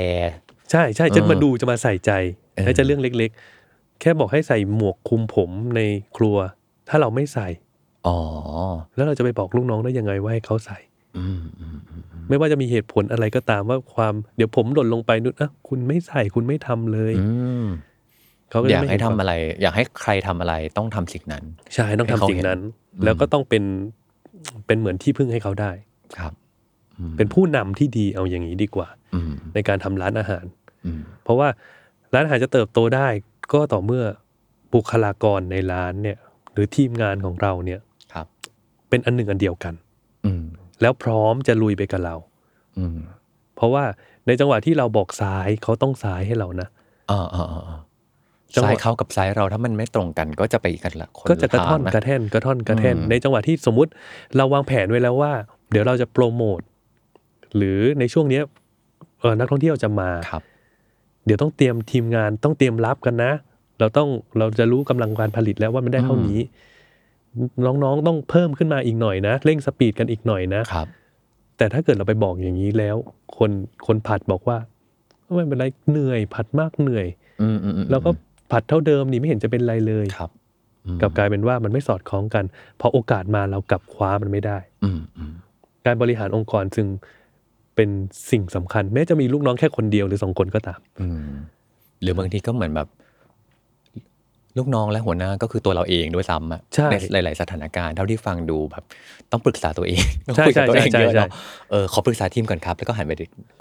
ใช่ใช่
เออ
จะมาดูจะมาใส่ใจ
เออ
และจะเรื่องเล็กๆ แค่บอกให้ใส่หมวกคลุมผมในครัว ถ้าเราไม่ใส่
อ๋อ
แล้วเราจะไปบอกลูกน้องได้ยังไงว่าให้เขาใส่
อืมอืมอืมอืม
ไม่ว่าจะมีเหตุผลอะไรก็ตามว่าความเดี๋ยวผมหล่นลงไปนู่นอ่ะคุณไม่ใส่คุณไม่ทำเลย
อืม
เขาก็
อ
จะ
ยาก
ไม่
ให้
เน
ทำ
ควม
อะไร อยากให้ใครทำอะไรต้องทำสิ่งนั้น
ใช่ต้องทำ
ให้เขา
สิ่ง
เห็น
นั้น
อืม
แล้วก็ต้องเป็นเป็นเหมือนที่พึ่งให้เขาได้
ครับอืม
เป็นผู้นำที่ดีเอาอย่างนี้ดีกว่า
อืม
ในการทำร้านอาหาร
อืม
เพราะว่าร้านอาหารจะเติบโตได้ก็ต่อเมื่อบุคลากรในร้านเนี่ยหรือทีมงานของเราเนี่ย
ครับ
เป็นอันหนึ่งอันเดียวกัน
อืม
แล้วพร้อมจะลุยไปกับเรา
อืม
เพราะว่าในจังหวะที่เราบอกซ้ายเขาต้องซ้ายให้เรานะ
เออเออเออเออ
จังหวะ
ซ้ายเขากับซ้ายเราถ้ามันไม่ตรงกันก็จะไปกันละคน
ก็จะกระท่อน
ลทาง
กระแท่นกระท่อนกระแท่น
อืม
ในจังหวะที่สมมุติเราวางแผนไว้แล้วว่า เดี๋ยวเราจะโปรโมทหรือในช่วงเนี้ยเอ่อนักท่องเที่ยวจะมา
ครับ
เดี๋ยวต้องเตรียมทีมงานต้องเตรียมรับกันนะ เราต้องเราจะรู้กำลังการผลิตแล้วว่ามันได้เท่านี้ น้องๆต้องเพิ่มขึ้นมาอีกหน่อยนะ เร่งสปีดกันอีกหน่อยนะ
ครับ
แต่ถ้าเกิดเราไปบอกอย่างนี้แล้ว คนคนผัดบอกว่าไม่เป็นไรเหนื่อยผัดมากเหนื่อย
อืมอืมอืม
แล้วก็ผัดเท่าเดิมนี่ไม่เห็นจะเป็นไรเลย
ครับอืม
กลับกลายเป็นว่ามันไม่สอดคล้องกันพอโอกาสมาเรากลับคว้ามันไม่ได้
อืมอืม
การบริหารองค์กรจึงเป็นสิ่งสำคัญ แม้จะมีลูกน้องแค่คนเดียวหรือสองคนก็ตาม
อืมหรือบางทีก็เหมือนแบบ ลูกน้องและหัวหน้าก็คือตัวเราเองด้วยซ้ำอะ
ใช่
ในหลาย ๆ สถานการณ์เท่าที่ฟังดูแบบ ต้องปรึกษาตัวเองต้อง
ใช่
คุยกับตัวเอง
ใช่
เยอะ
ใช่
เนาะเออขอปรึกษาทีมก่อนครับ แล้วก็หันไป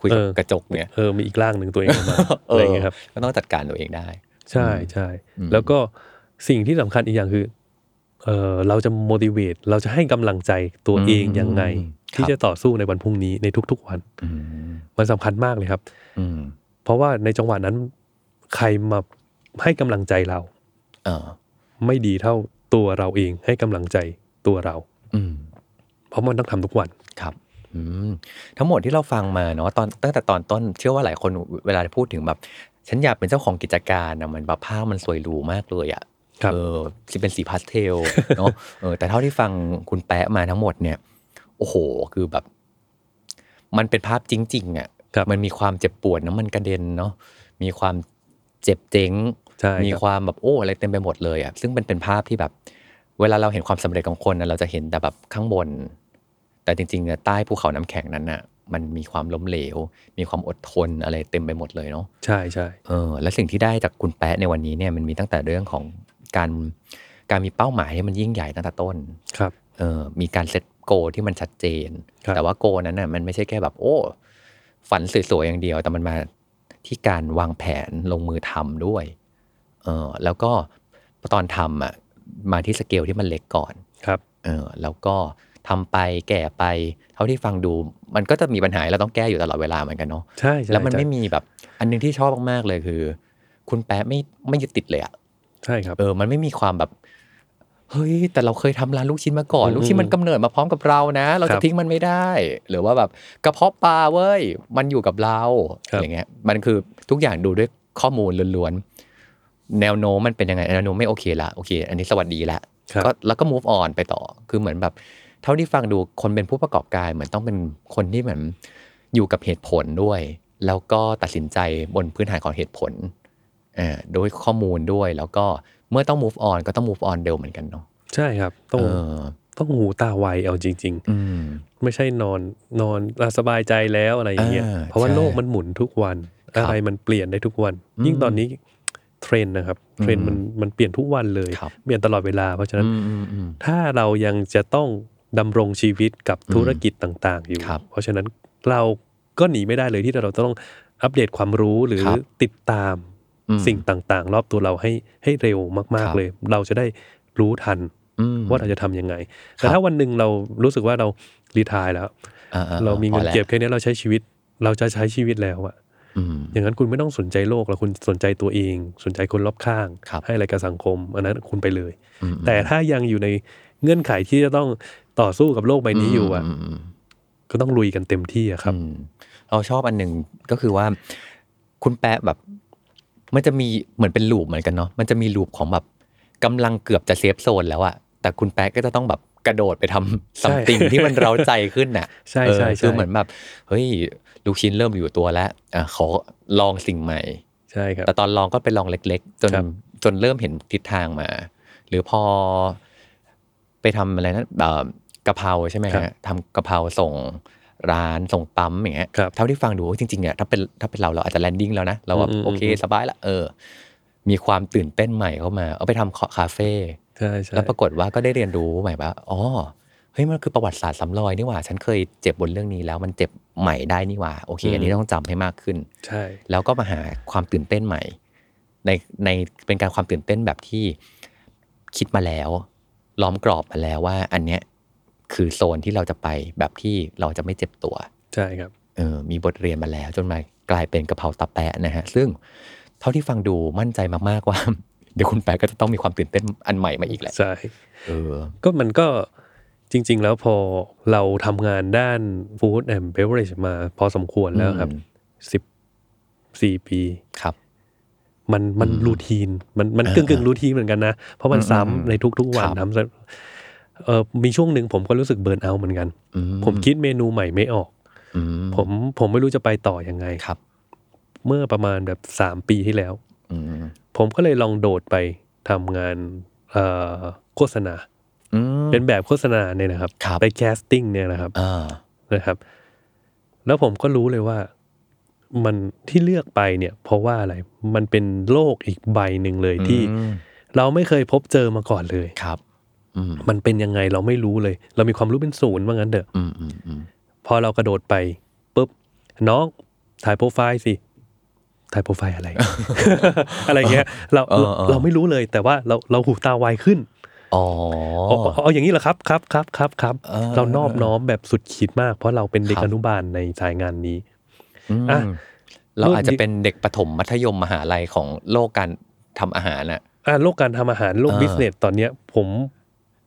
คุยกับ
เออ
กระจกเนี่ย
เออมีอีกร่างหนึ่งตัวเองออกมาอะไร อย่างเงี้ยครับ
ก็ต้องจัดการตัวเองได้
ใช่ใช่
อืม
แล้วก็สิ่งที่สำคัญอีกอย่างคือเออเราจะ motivate เราจะให้กำลังใจตัวเองยังไง ที่จะต่อสู้ในวันพรุ่งนี้ในทุกๆวัน
อืม
มันสำคัญมากเลยครับ
อืม
เพราะว่าในจังหวะนั้นใครมาให้กำลังใจเรา
เออ
ไม่ดีเท่าตัวเราเองให้กำลังใจตัวเรา
อืม
เพราะมันต้องทำทุกวัน
ครับอืมทั้งหมดที่เราฟังมาเนาะตอนตั้งแต่ตอนต้นเชื่อว่าหลายคนเวลาพูดถึงแบบ ฉันอยากเป็นเจ้าของกิจการนะมันแบบภาพมันสวยหรูมากเลยอะ่ะ
ครับ
เออที่เป็นสีพาสเทล เนาะ เออแต่เท่าที่ฟังคุณแปะมาทั้งหมดเนี่ย โอ้โห คือแบบ มันเป็นภาพจริง ๆอะ
ครั่
ะ
บ
มันมีความเจ็บปวดน้ำมันกระเด็นเนาะมีความเจ็บเจ๊ง
ใช่ครับ
มีความแบบโอ้อะไรเต็มไปหมดเลยอะ่ะซึ่งมันเป็นภาพที่แบบ เวลาเราเห็นความสำเร็จของคนนะเราจะเห็นแต่แบบข้างบน แต่จริงๆเนี่ยใต้ภูเขาน้ำแข็งนั้นน่ะ มันมีความล้มเหลว มีความอดทนอะไรเต็มไปหมดเลยเนาะ
ใช่ใช่
เออและสิ่งที่ได้จากคุณแปะในวันนี้เนี่ยมันมีตั้งแต่เรื่องของการการมีเป้าหมายให้มันยิ่งใหญ่ตั้งแต่ต้น
ครับ
เออมีการเซตโกที่มันชัดเจน
ครับ
แต่ว่าโกนั้นน่ะมันไม่ใช่แค่แบบ โอ้ ฝันสวยๆอย่างเดียว แต่มันมาที่การวางแผนลงมือทำด้วย เออแล้วก็ตอนทำอ่ะมาที่สเกลที่มันเล็กก่อน
ครับ
เออแล้วก็ทำไปแก่ไป เท่าที่ฟังดู มันก็จะมีปัญหาให้เราต้องแก้อยู่ตลอดเวลาเหมือนกันเนาะ
ใช่ใช่
แล้วมัน
ใช่
ไม่มีแบบ อันหนึงที่ชอบมากๆเลยคือ คุณแปะไม่ไม่ยึดติดเลยอะ
ใช่ครับ
เออ มันไม่มีความแบบ เฮ้ย แต่เราเคยทำร้านลูกชิ้นมาก่อน
อืม
ลูกชิ้นมันกำเนิดมาพร้อมกับเรานะ เรา
ครั
จะ
บ
ทิ้งมันไม่ได้ หรือว่าแบบกระเพาะปลาเว้ย มันอยู่กับเรา
ครับ
อย่างเงี้ย มันคือทุกอย่างดูด้วยข้อมูลล้วนๆ แนวโน้มมันเป็นยังไง แนวโน้มไม่โอเคละ โอเค อันนี้สวัสดีละ
ครับ
ก็แล้วก็ move on ไปต่อ คือเหมือนแบบ เท่าที่ฟังดูคนเป็นผู้ประกอบการเหมือนต้องเป็นคนที่เหมือนอยู่กับเหตุผลด้วย แล้วก็ตัดสินใจบนพื้นฐานของเหตุผลอ่าโดยข้อมูลด้วย แล้วก็เมื่อต้อง move on ก็ต้อง move on เร็วเหมือนกันเนาะ
ใช่ครับต้อ
เอง อ
ต้องหูตาไวเอาจริง
อืม
ๆ ไม่ใช่นอนนอนอ่ะสบายใจแล้วอะไรอย่างเงี้ย
อ่า
เพราะว่า
ใช่
โลกมันหมุนทุกวัน
ครับ
อะไรมันเปลี่ยนได้ทุกวัน
อืม
ยิ่งตอนนี้เทรนด์นะครับเทรนด์มันมันเปลี่ยนทุกวันเลย
ครับ
เปลี่ยนตลอดเวลาเพราะฉะนั้น
อืมอืมอืม
ถ้าเรายังจะต้องดำรงชีวิตกับธุรกิจต่าง ๆ อยู่
ครับ
เพราะฉะนั้นเราก็หนีไม่ได้เลยที่เราต้องอัปเดตความรู้หรือ
ครับ
ติดตาม
อืม
สิ่งต่างๆ รอบตัวเราให้ให้เร็วมาก
ครับ
ๆ เลย เราจะได้รู้ทัน
อืม
ว่าเราจะทำยังไง
ครั
แต่
บ
ถ้าวันหนึ่งเรารู้สึกว่าเรารีไทายแล้ว
อ่าๆ
เรามีเงิน
พอแล้ว
เก็บแค่นี้เราใช้ชีวิต เราจะใช้ชีวิตแล้วอะ
อืม
อย่างนั้นคุณไม่ต้องสนใจโลกแล้วคุณสนใจตัวเอง สนใจคนรอบข้าง
ครับ
ให้อะไรกับสังคม อันนั้นคุณไปเลย
อืม
แต่ถ้ายังอยู่ในเงื่อนไขที่จะต้องต่อสู้กับโลกใบนี้อยู่อะ
มม
ก็ต้องลุยกันเต็มที่อะครับ
อืมเราชอบอันหนึ่งก็คือว่า คุณแปะแบบ มันจะมีเหมือนเป็นลูปเหมือนกันเนาะมันจะมีลูปของแบบกำลังเกือบจะเซฟโซนแล้วอะแต่คุณแปะก็จะต้องแบบกระโดดไปทำ
ใช่
สัมติงที่มันเราใจขึ้นน่ะ
ใช่ใช่
เออ
ใช่
คือเหมือนแบบเฮ้ยลูกชิ้นเริ่มอยู่ตัวแล้วอ่ะขอลองสิ่งใหม่
ใช่ครับ
แต่ตอนลองก็เป็นลองเล็ก ๆ จน
ครับ
จนเริ่มเห็นทิศทางมา หรือพอไปทำอะไรนะเอ่อกะเพราใช่ไหมฮะทำกะเพราส่งร้านส่งปั๊มอย่างเงี้ย
ครับ
เท่าที่ฟังดูจริงๆเนี่ยถ้าเป็นถ้าเป็นเราเราอาจจะแลนดิ้งแล้วนะเราว่า
อืมอืม
โอเค
อืม
สบายละเออ มีความตื่นเต้นใหม่เข้ามา เอาไปทำคาเฟ่
ใช่ใช่
แล้วปรากฏว่าก็ได้เรียนรู้ใหม่ว่าอ๋อเฮ้ยมันคือประวัติศาสตร์ซ้ำรอยนี่หว่า ฉันเคยเจ็บบนเรื่องนี้แล้วมันเจ็บใหม่ได้นี่หว่าโอเค อันนี้ต้องจำให้มากขึ้น
ใช่
แล้วก็มาหาความตื่นเต้นใหม่ ในในเป็นการความตื่นเต้นแบบที่คิดมาแล้ว ล้อมกรอบมาแล้วว่า อันเนี้ยคือโซนที่เราจะไปแบบที่เราจะไม่เจ็บตัว
ใช่ครับ
เออมีบทเรียนมาแล้ว จนมากลายเป็นกระเพราตะแปะนะฮะ ซึ่งเท่าที่ฟังดูมั่นใจมากๆ ว่า เดี๋ยวคุณแปะก็จะต้องมีความตื่นเต้นอันใหม่มาอีกแหละ
ใช่
เออ
ก็มันก็จริง ๆ แล้วพอเราทำงานด้านฟู้ดแอนด์เบเวอร์เรจมาพอสมควรแล้วครับ
อืม
สิบสี่ปี
ครับ
มันมันรูทีน มันมั
เออก
นึ่งกึ่งรูทีนเหมือนกันนะ เพราะมัน
อืม
ซ้ำ
อืม
ในทุก ๆ วัน
ครับ
ทำซ้ำเออมีช่วงหนึ่งผมก็รู้สึกเบิร์นเอาท์เหมือนกัน
อื
ผมคิดเมนูใหม่ไม่ออก
อื
ผมผมไม่รู้จะไปต่อยังไง
ครับ
เมื่อประมาณแบบสามปีที่แล้ว
อืม
ผมก็เลยลองโดดไปทำงานเอ่อโฆษณา
อืม
เป็นแบบโฆษณาเนี่ยนะครับ
ครับ
ไปแคสติ้งเนี่ยนะครับ
อ่า
นะครับ แล้วผมก็รู้เลยว่ามันที่เลือกไปเนี่ย เพราะว่าอะไรมันเป็นโลกอีกใบหนึ่งเลยที่
อืม
เราไม่เคยพบเจอมาก่อนเลย
ครับ อืม
มันเป็นยังไงเราไม่รู้เลย เรามีความรู้เป็นศูนย์ว่างั้นเถอะ
อืมอืมอืม
พอเรากระโดดไปปุ๊บน้องถ่ายโปรไฟล์สิถ่ายโปรไฟล์ อะไร อะไรเงี้ยเรา
เออเออ
เราไม่รู้เลย แต่ว่าเราเราหูตาไวขึ้น
อ๋อ
เอาเอาเอาอย่างนี้เหรอครับครับครับครับครับ
เออ
เรานอบน้อมแบบสุดขีดมาก เพราะเราเป็นเด็กอนุบาลในสายงานนี้
อืม
อ่ะ
เรา
โลก
อาจจะเป็นเด็กประถมมัธยมมหาลัยของโลกการทำอาหารน่ะ
อ่าโลกการทำอาหารโลก
อ่า
บิสเนสตอนเนี้ยผม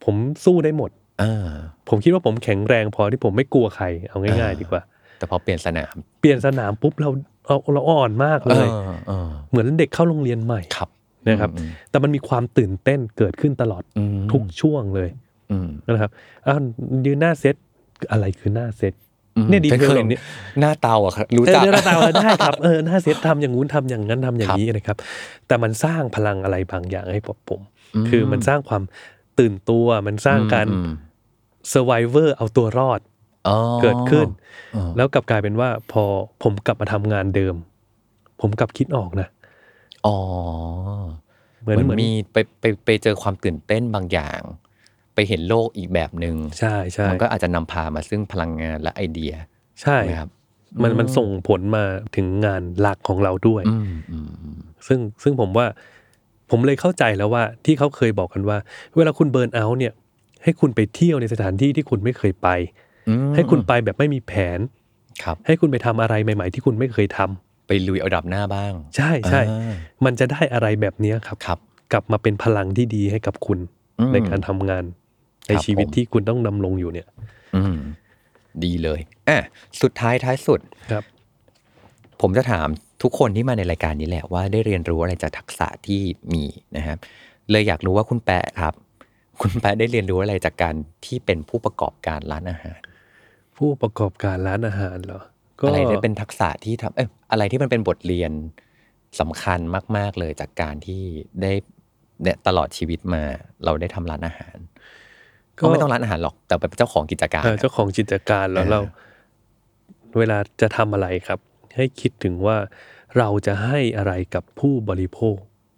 ผมสู้ได้หมด
เออ
ผมคิดว่าผมแข็งแรงพอที่ผมไม่กลัวใครเอาง่าย
อ่า
ๆ ดีกว่า
แต่พอเปลี่ยนสนาม
เปลี่ยนสนามปุ๊บเราเราเราอ่อนมากเลย
ออเออ
เหมือนเด็กเข้าโรงเรียนใหม่
ครับ
นะครับ
อืม
แต่มันมีความตื่นเต้นเกิดขึ้นตลอด
อืม
ทุกช่วงเลย
อืม
นะครับอ้าวยืนหน้าเซตอะไรคือหน้าเซต
อืม
เนี่ยดี
ฉั
เทล
ค
เหล่านี้
หน้าเตาอ่ะครับรู้
เออ
จัก
เนื้อตาเราได้ครับ เออหน้าเซตทำอย่างงู้นทำอย่างนั้นทำอย่างนี้นะครับ แต่มันสร้างพลังอะไรบางอย่างให้ผม
อืม
คือมันสร้างความตื่นตัวมันสร้างการ
อืม
survivor เอาตัวรอด
อ๋อ
เกิดขึ้น
อ๋อ
แล้วกลับกลายเป็นว่าพอผมกลับมาทำงานเดิม ผมกลับคิดออกนะ
อ๋อ
เห
เหมื
มือน
อน
เหมือน
มีไปไปไปเจอความตื่นเต้นบางอย่าง ไปเห็นโลกอีกแบบหนึ่ง
ใช่ใช่
มันก็อาจจะนำพามาซึ่งพลังงานและไอเดีย
ใช่
นะครับ
มัน
อืม
มันส่งผลมาถึงงานหลักของเราด้วย
อืมอืมอืม
ซึ่งซึ่งผมว่า ผมเลยเข้าใจแล้วว่า ที่เขาเคยบอกกันว่า เวลาคุณเบิร์นเอาท์เนี่ย ให้คุณไปเที่ยวในสถานที่ที่คุณไม่เคยไป
อืม
ให้คุณไปแบบไม่มีแผน
ครับ
ให้คุณไปทำอะไรใหม่ ๆ ที่คุณไม่เคยทำ
ไปลุยเอาดับหน้าบ้าง
ใช่ใช่
อ่า
มันจะได้อะไรแบบเนี้ยครับ
ครับ
กลับมาเป็นพลังที่ดีให้กับคุณ
อืม
ในการทำงาน ใน
ครับ
ชีวิต
ผม
ที่คุณต้องดำรงอยู่เนี่ย
อืมดีเลยอ่ะสุดท้ายท้ายสุด
ครับ
ผมจะถามทุกคนที่มาในรายการนี้แหละว่าได้เรียนรู้อะไรจากทักษะที่มีนะครับ เลยอยากรู้ว่าคุณแปะครับ คุณแปะได้เรียนรู้อะไรจากการที่เป็นผู้ประกอบการร้านอาหาร
ผู้ประกอบการร้านอาหารเหรอ ก็
อะไรได้เป็นทักษะที่ทำเอ้ยอะไรที่มันเป็นบทเรียนสำคัญมาก ๆ เลยจากการที่ได้เนี่ยตลอดชีวิตมา เราได้ทำร้านอาหาร ก็ไม่ต้องร้านอาหารหรอกแต่เป็นเจ้าของกิจการ
เออเจ้าของกิจการแล้ว
เออ
เรา เวลาจะทำอะไรครับ ให้คิดถึงว่าเราจะให้อะไรกับผู้บริโภค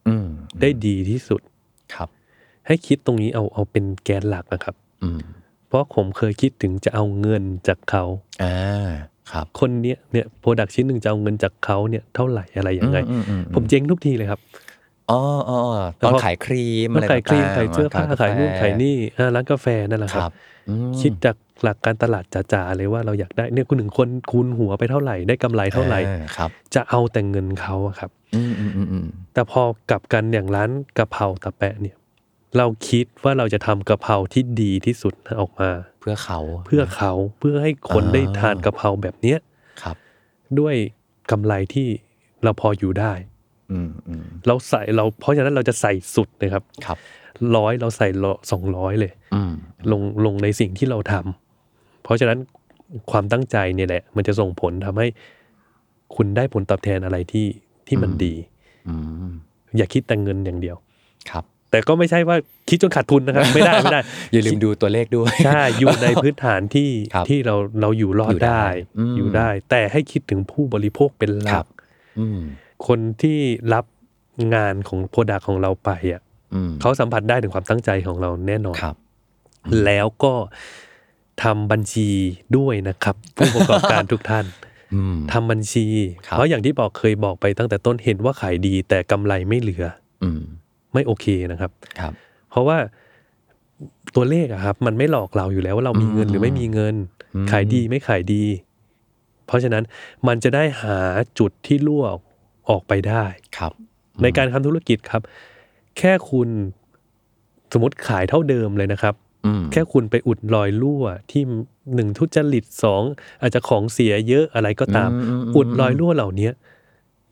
อืม
ได้ดีที่สุด
ครับ
ให้คิดตรงนี้เอาเอาเป็นแกนหลักนะครับ
อืม
เพราะผมเคยคิดถึงจะเอาเงินจากเขา
อ่าครับ
คนเนี้ยเนี่ยโปรดักชิ้นหนึ่งจะเอาเงินจากเขาเนี่ยเท่าไหร่อะไรยังไง
อืมอืมอืม
ผมเจ๊งทุกทีเลยครับ
อ๋ออ๋ออ๋อ
แต่
ตอน
พอ
ขายครีม
ต้อ
อะ
ง
ไร
ขายครีม
ต่งๆ
ขายเสื้อผ้า
ร้ก
ขายนู่น
แฟ
ขายนี่อ่าร้านกาแฟนั่นแหละ
ค
ครั
รั
บ
บอืม
คิดจาก หลักการตลาดจ๋าๆเลยว่าเราอยากได้เนี่ยคุณหนึ่งคนคูณหัวไปเท่าไหร่ได้กำไรเท่าไหร่
อ่ครับ
จะเอาแต่เงินเขาอะครับ
อืมอืมอืมอืม
แต่พอกลับกันอย่างร้านกะเพราตะแปะเนี่ย เราคิดว่าเราจะทำกะเพราที่ดีที่สุดออกมา
เพื่อเขา
เพื่อเขาเพื่อให้คน
อ่า
ได้ทานกะเพราแบบเนี้ย
ครับ
ด้วยกำไรที่เราพออยู่ได้
อืมอืม
เราใส่เราเพราะฉะนั้นเราจะใส่สุดนะครับ
ครับ
ร้อยเราใส่สองร้อยเลย
อืม
ลงลงในสิ่งที่เราทำ เพราะฉะนั้นความตั้งใจเนี่ยแหละ มันจะส่งผลทำให้คุณได้ผลตอบแทนอะไรที่ที่มันดี
อืม
อย่าคิดแต่เงินอย่างเดียว
ครับ
แต่ก็ไม่ใช่ว่าคิดจนขาดทุน นะครับ ไม่ได้ไม่ได้
อย่าลืมดูตัวเลขด้วย
ใช่อยู่ในพื้นฐานที่
ครับ
ที่เราเราอยู่รอด
อยู่ได้
ได้
อืม
อยู่ได้ แต่ให้คิดถึงผู้บริโภคเป็นห
ค
ลั
รับ
ก
อืม
คนที่รับงานของโปรดักของเราไปอ่ะ
อืม
เขาสัมผัสได้ถึงความตั้งใจของเราแน่นอน
ครับ
แล้วก็ทำบัญชีด้วยนะครับ ผู้ประกอบการทุกท่าน
อืม
ทำบัญชี
ครับ
เพราะอย่างที่บอกเคยบอกไปตั้งแต่ต้นเห็นว่าขายดี แต่กำไรไม่เหลือ
อืม
ไม่โอเคนะครับ
ครับ
เพราะว่าตัวเลขอะครับ มันไม่หลอกเราอยู่แล้วว่าเรามีเงินหรือไม่มีเงิน
อืม
ขายดีไม่ขายดี เพราะฉะนั้นมันจะได้หาจุดที่รั่วออกไปได้
ครับ
ในการทำธุรกิจครับ แค่คุณสมมติขายเท่าเดิมเลยนะครับ
อืม
แค่คุณไปอุดรอยรั่วที่หนึ่งทุจริตสองอาจจะของเสียเยอะอะไรก็ตาม อุดรอยรั่วเหล่าเนี้ย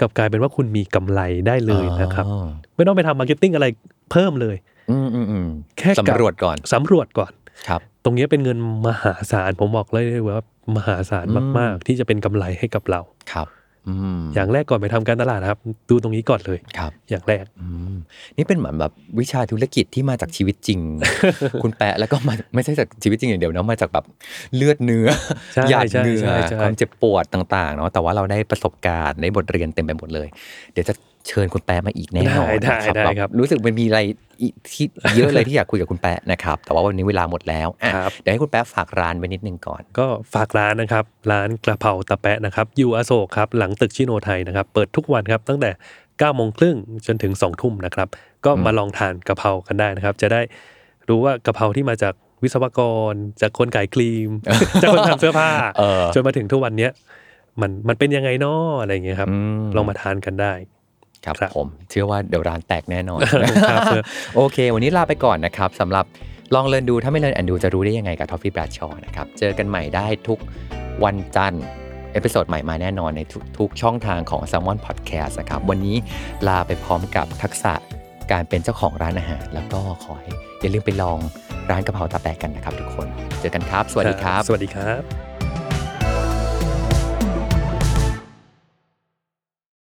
กลับกลายเป็นว่าคุณมีกำไรได้เลยนะครับ
อ๋อ
ไม่ต้องไปทำมาร์เก็ตติ้งอะไรเพิ่มเลย
อืมอืมอืม
แค่กลับ
สำรวจก่อน
สำรวจก่อน
ครับ
ตรงเนี้ยเป็นเงินมหาศาลผมบอกเลยว่ามหาศาล
อืม
มากๆ ที่จะเป็นกำไรให้กับเรา
ครับ อืม
อย่างแรกก่อนไปทำการตลาดครับ ดูตรงนี้ก่อนเลย
ครับ
อย่างแรก
อืมนี่เป็นเหมือนแบบวิชาธุรกิจที่มาจากชีวิตจริ ง คุณแปะแล้วก็มาไม่ใช่จากชีวิตจริงอย่างเดียวเนาะมาจากแบบเลือดเนื้อ
ใช่
หยาดเหงื่อ
ใช่ใช่
ความเจ็บปวดต่างๆเนาะแต่ว่าเราได้ประสบการณ์ได้บทเรียนเต็มไปหมดเลย เดี๋ยวจะเชิญคุณแปะมาอีกแน่นอนนะ
ได้ได้
แ
ครับ
รู้สึกมันมีอะไรอีกที่เยอะเลยที่อยากคุยกับคุณแปะนะครับ แต่ว่าวันนี้เวลาหมดแล้วอ่ะ
ครับ
เดี๋ยวให้คุณแปะฝากร้านไว้นิดนึงก่อน
ก็ฝากร้านนะครับ ร้านกระเพราตะแปะนะครับ อยู่อโศกครับหลังตึกชิโนไทยนะครับ เปิดทุกวันครับตั้งแต่9โมงครึ่งจนถึง2ทุ่มนะครับ ก็มาลองทานกระเพรากันได้นะครับ จะได้รู้ว่ากระเพราที่มาจากวิศวกร จากคนขายครี ม จากคนทำเสื้อผ้า
เออ
จนมาถึงทุกวันเนี้ยมันมันเป็นยังไงนาะอะไรอย่างเงี้ยครับ
ม
ลองมาทานกันได้
ครับ
ครับ
ผมเชื่อว่าเดี๋ยวร้านแตกแน่นอน
ครับ
โอเค วันนี้ลาไปก่อนนะครับสำหรับลองเรียนดูถ้าไม่เรียนแอนดูจะรู้ได้ยังไงกับทอฟฟี่แบรดชอนะครับ เจอกันใหม่ได้ทุกวันจันทร์ เอพิโซดใหม่มาแน่นอนในทุกๆช่องทางของ s ซ l m o n Podcast นะครับ วันนี้ลาไปพร้อมกับทักษะการเป็นเจ้าของร้านอาหาร แล้วก็ขอให้อย่าลืมไปลองร้านกะเพราตาแตกกันนะครับทุกคน เจอกันครับ สวัสดีครับ
สวัสดีครับ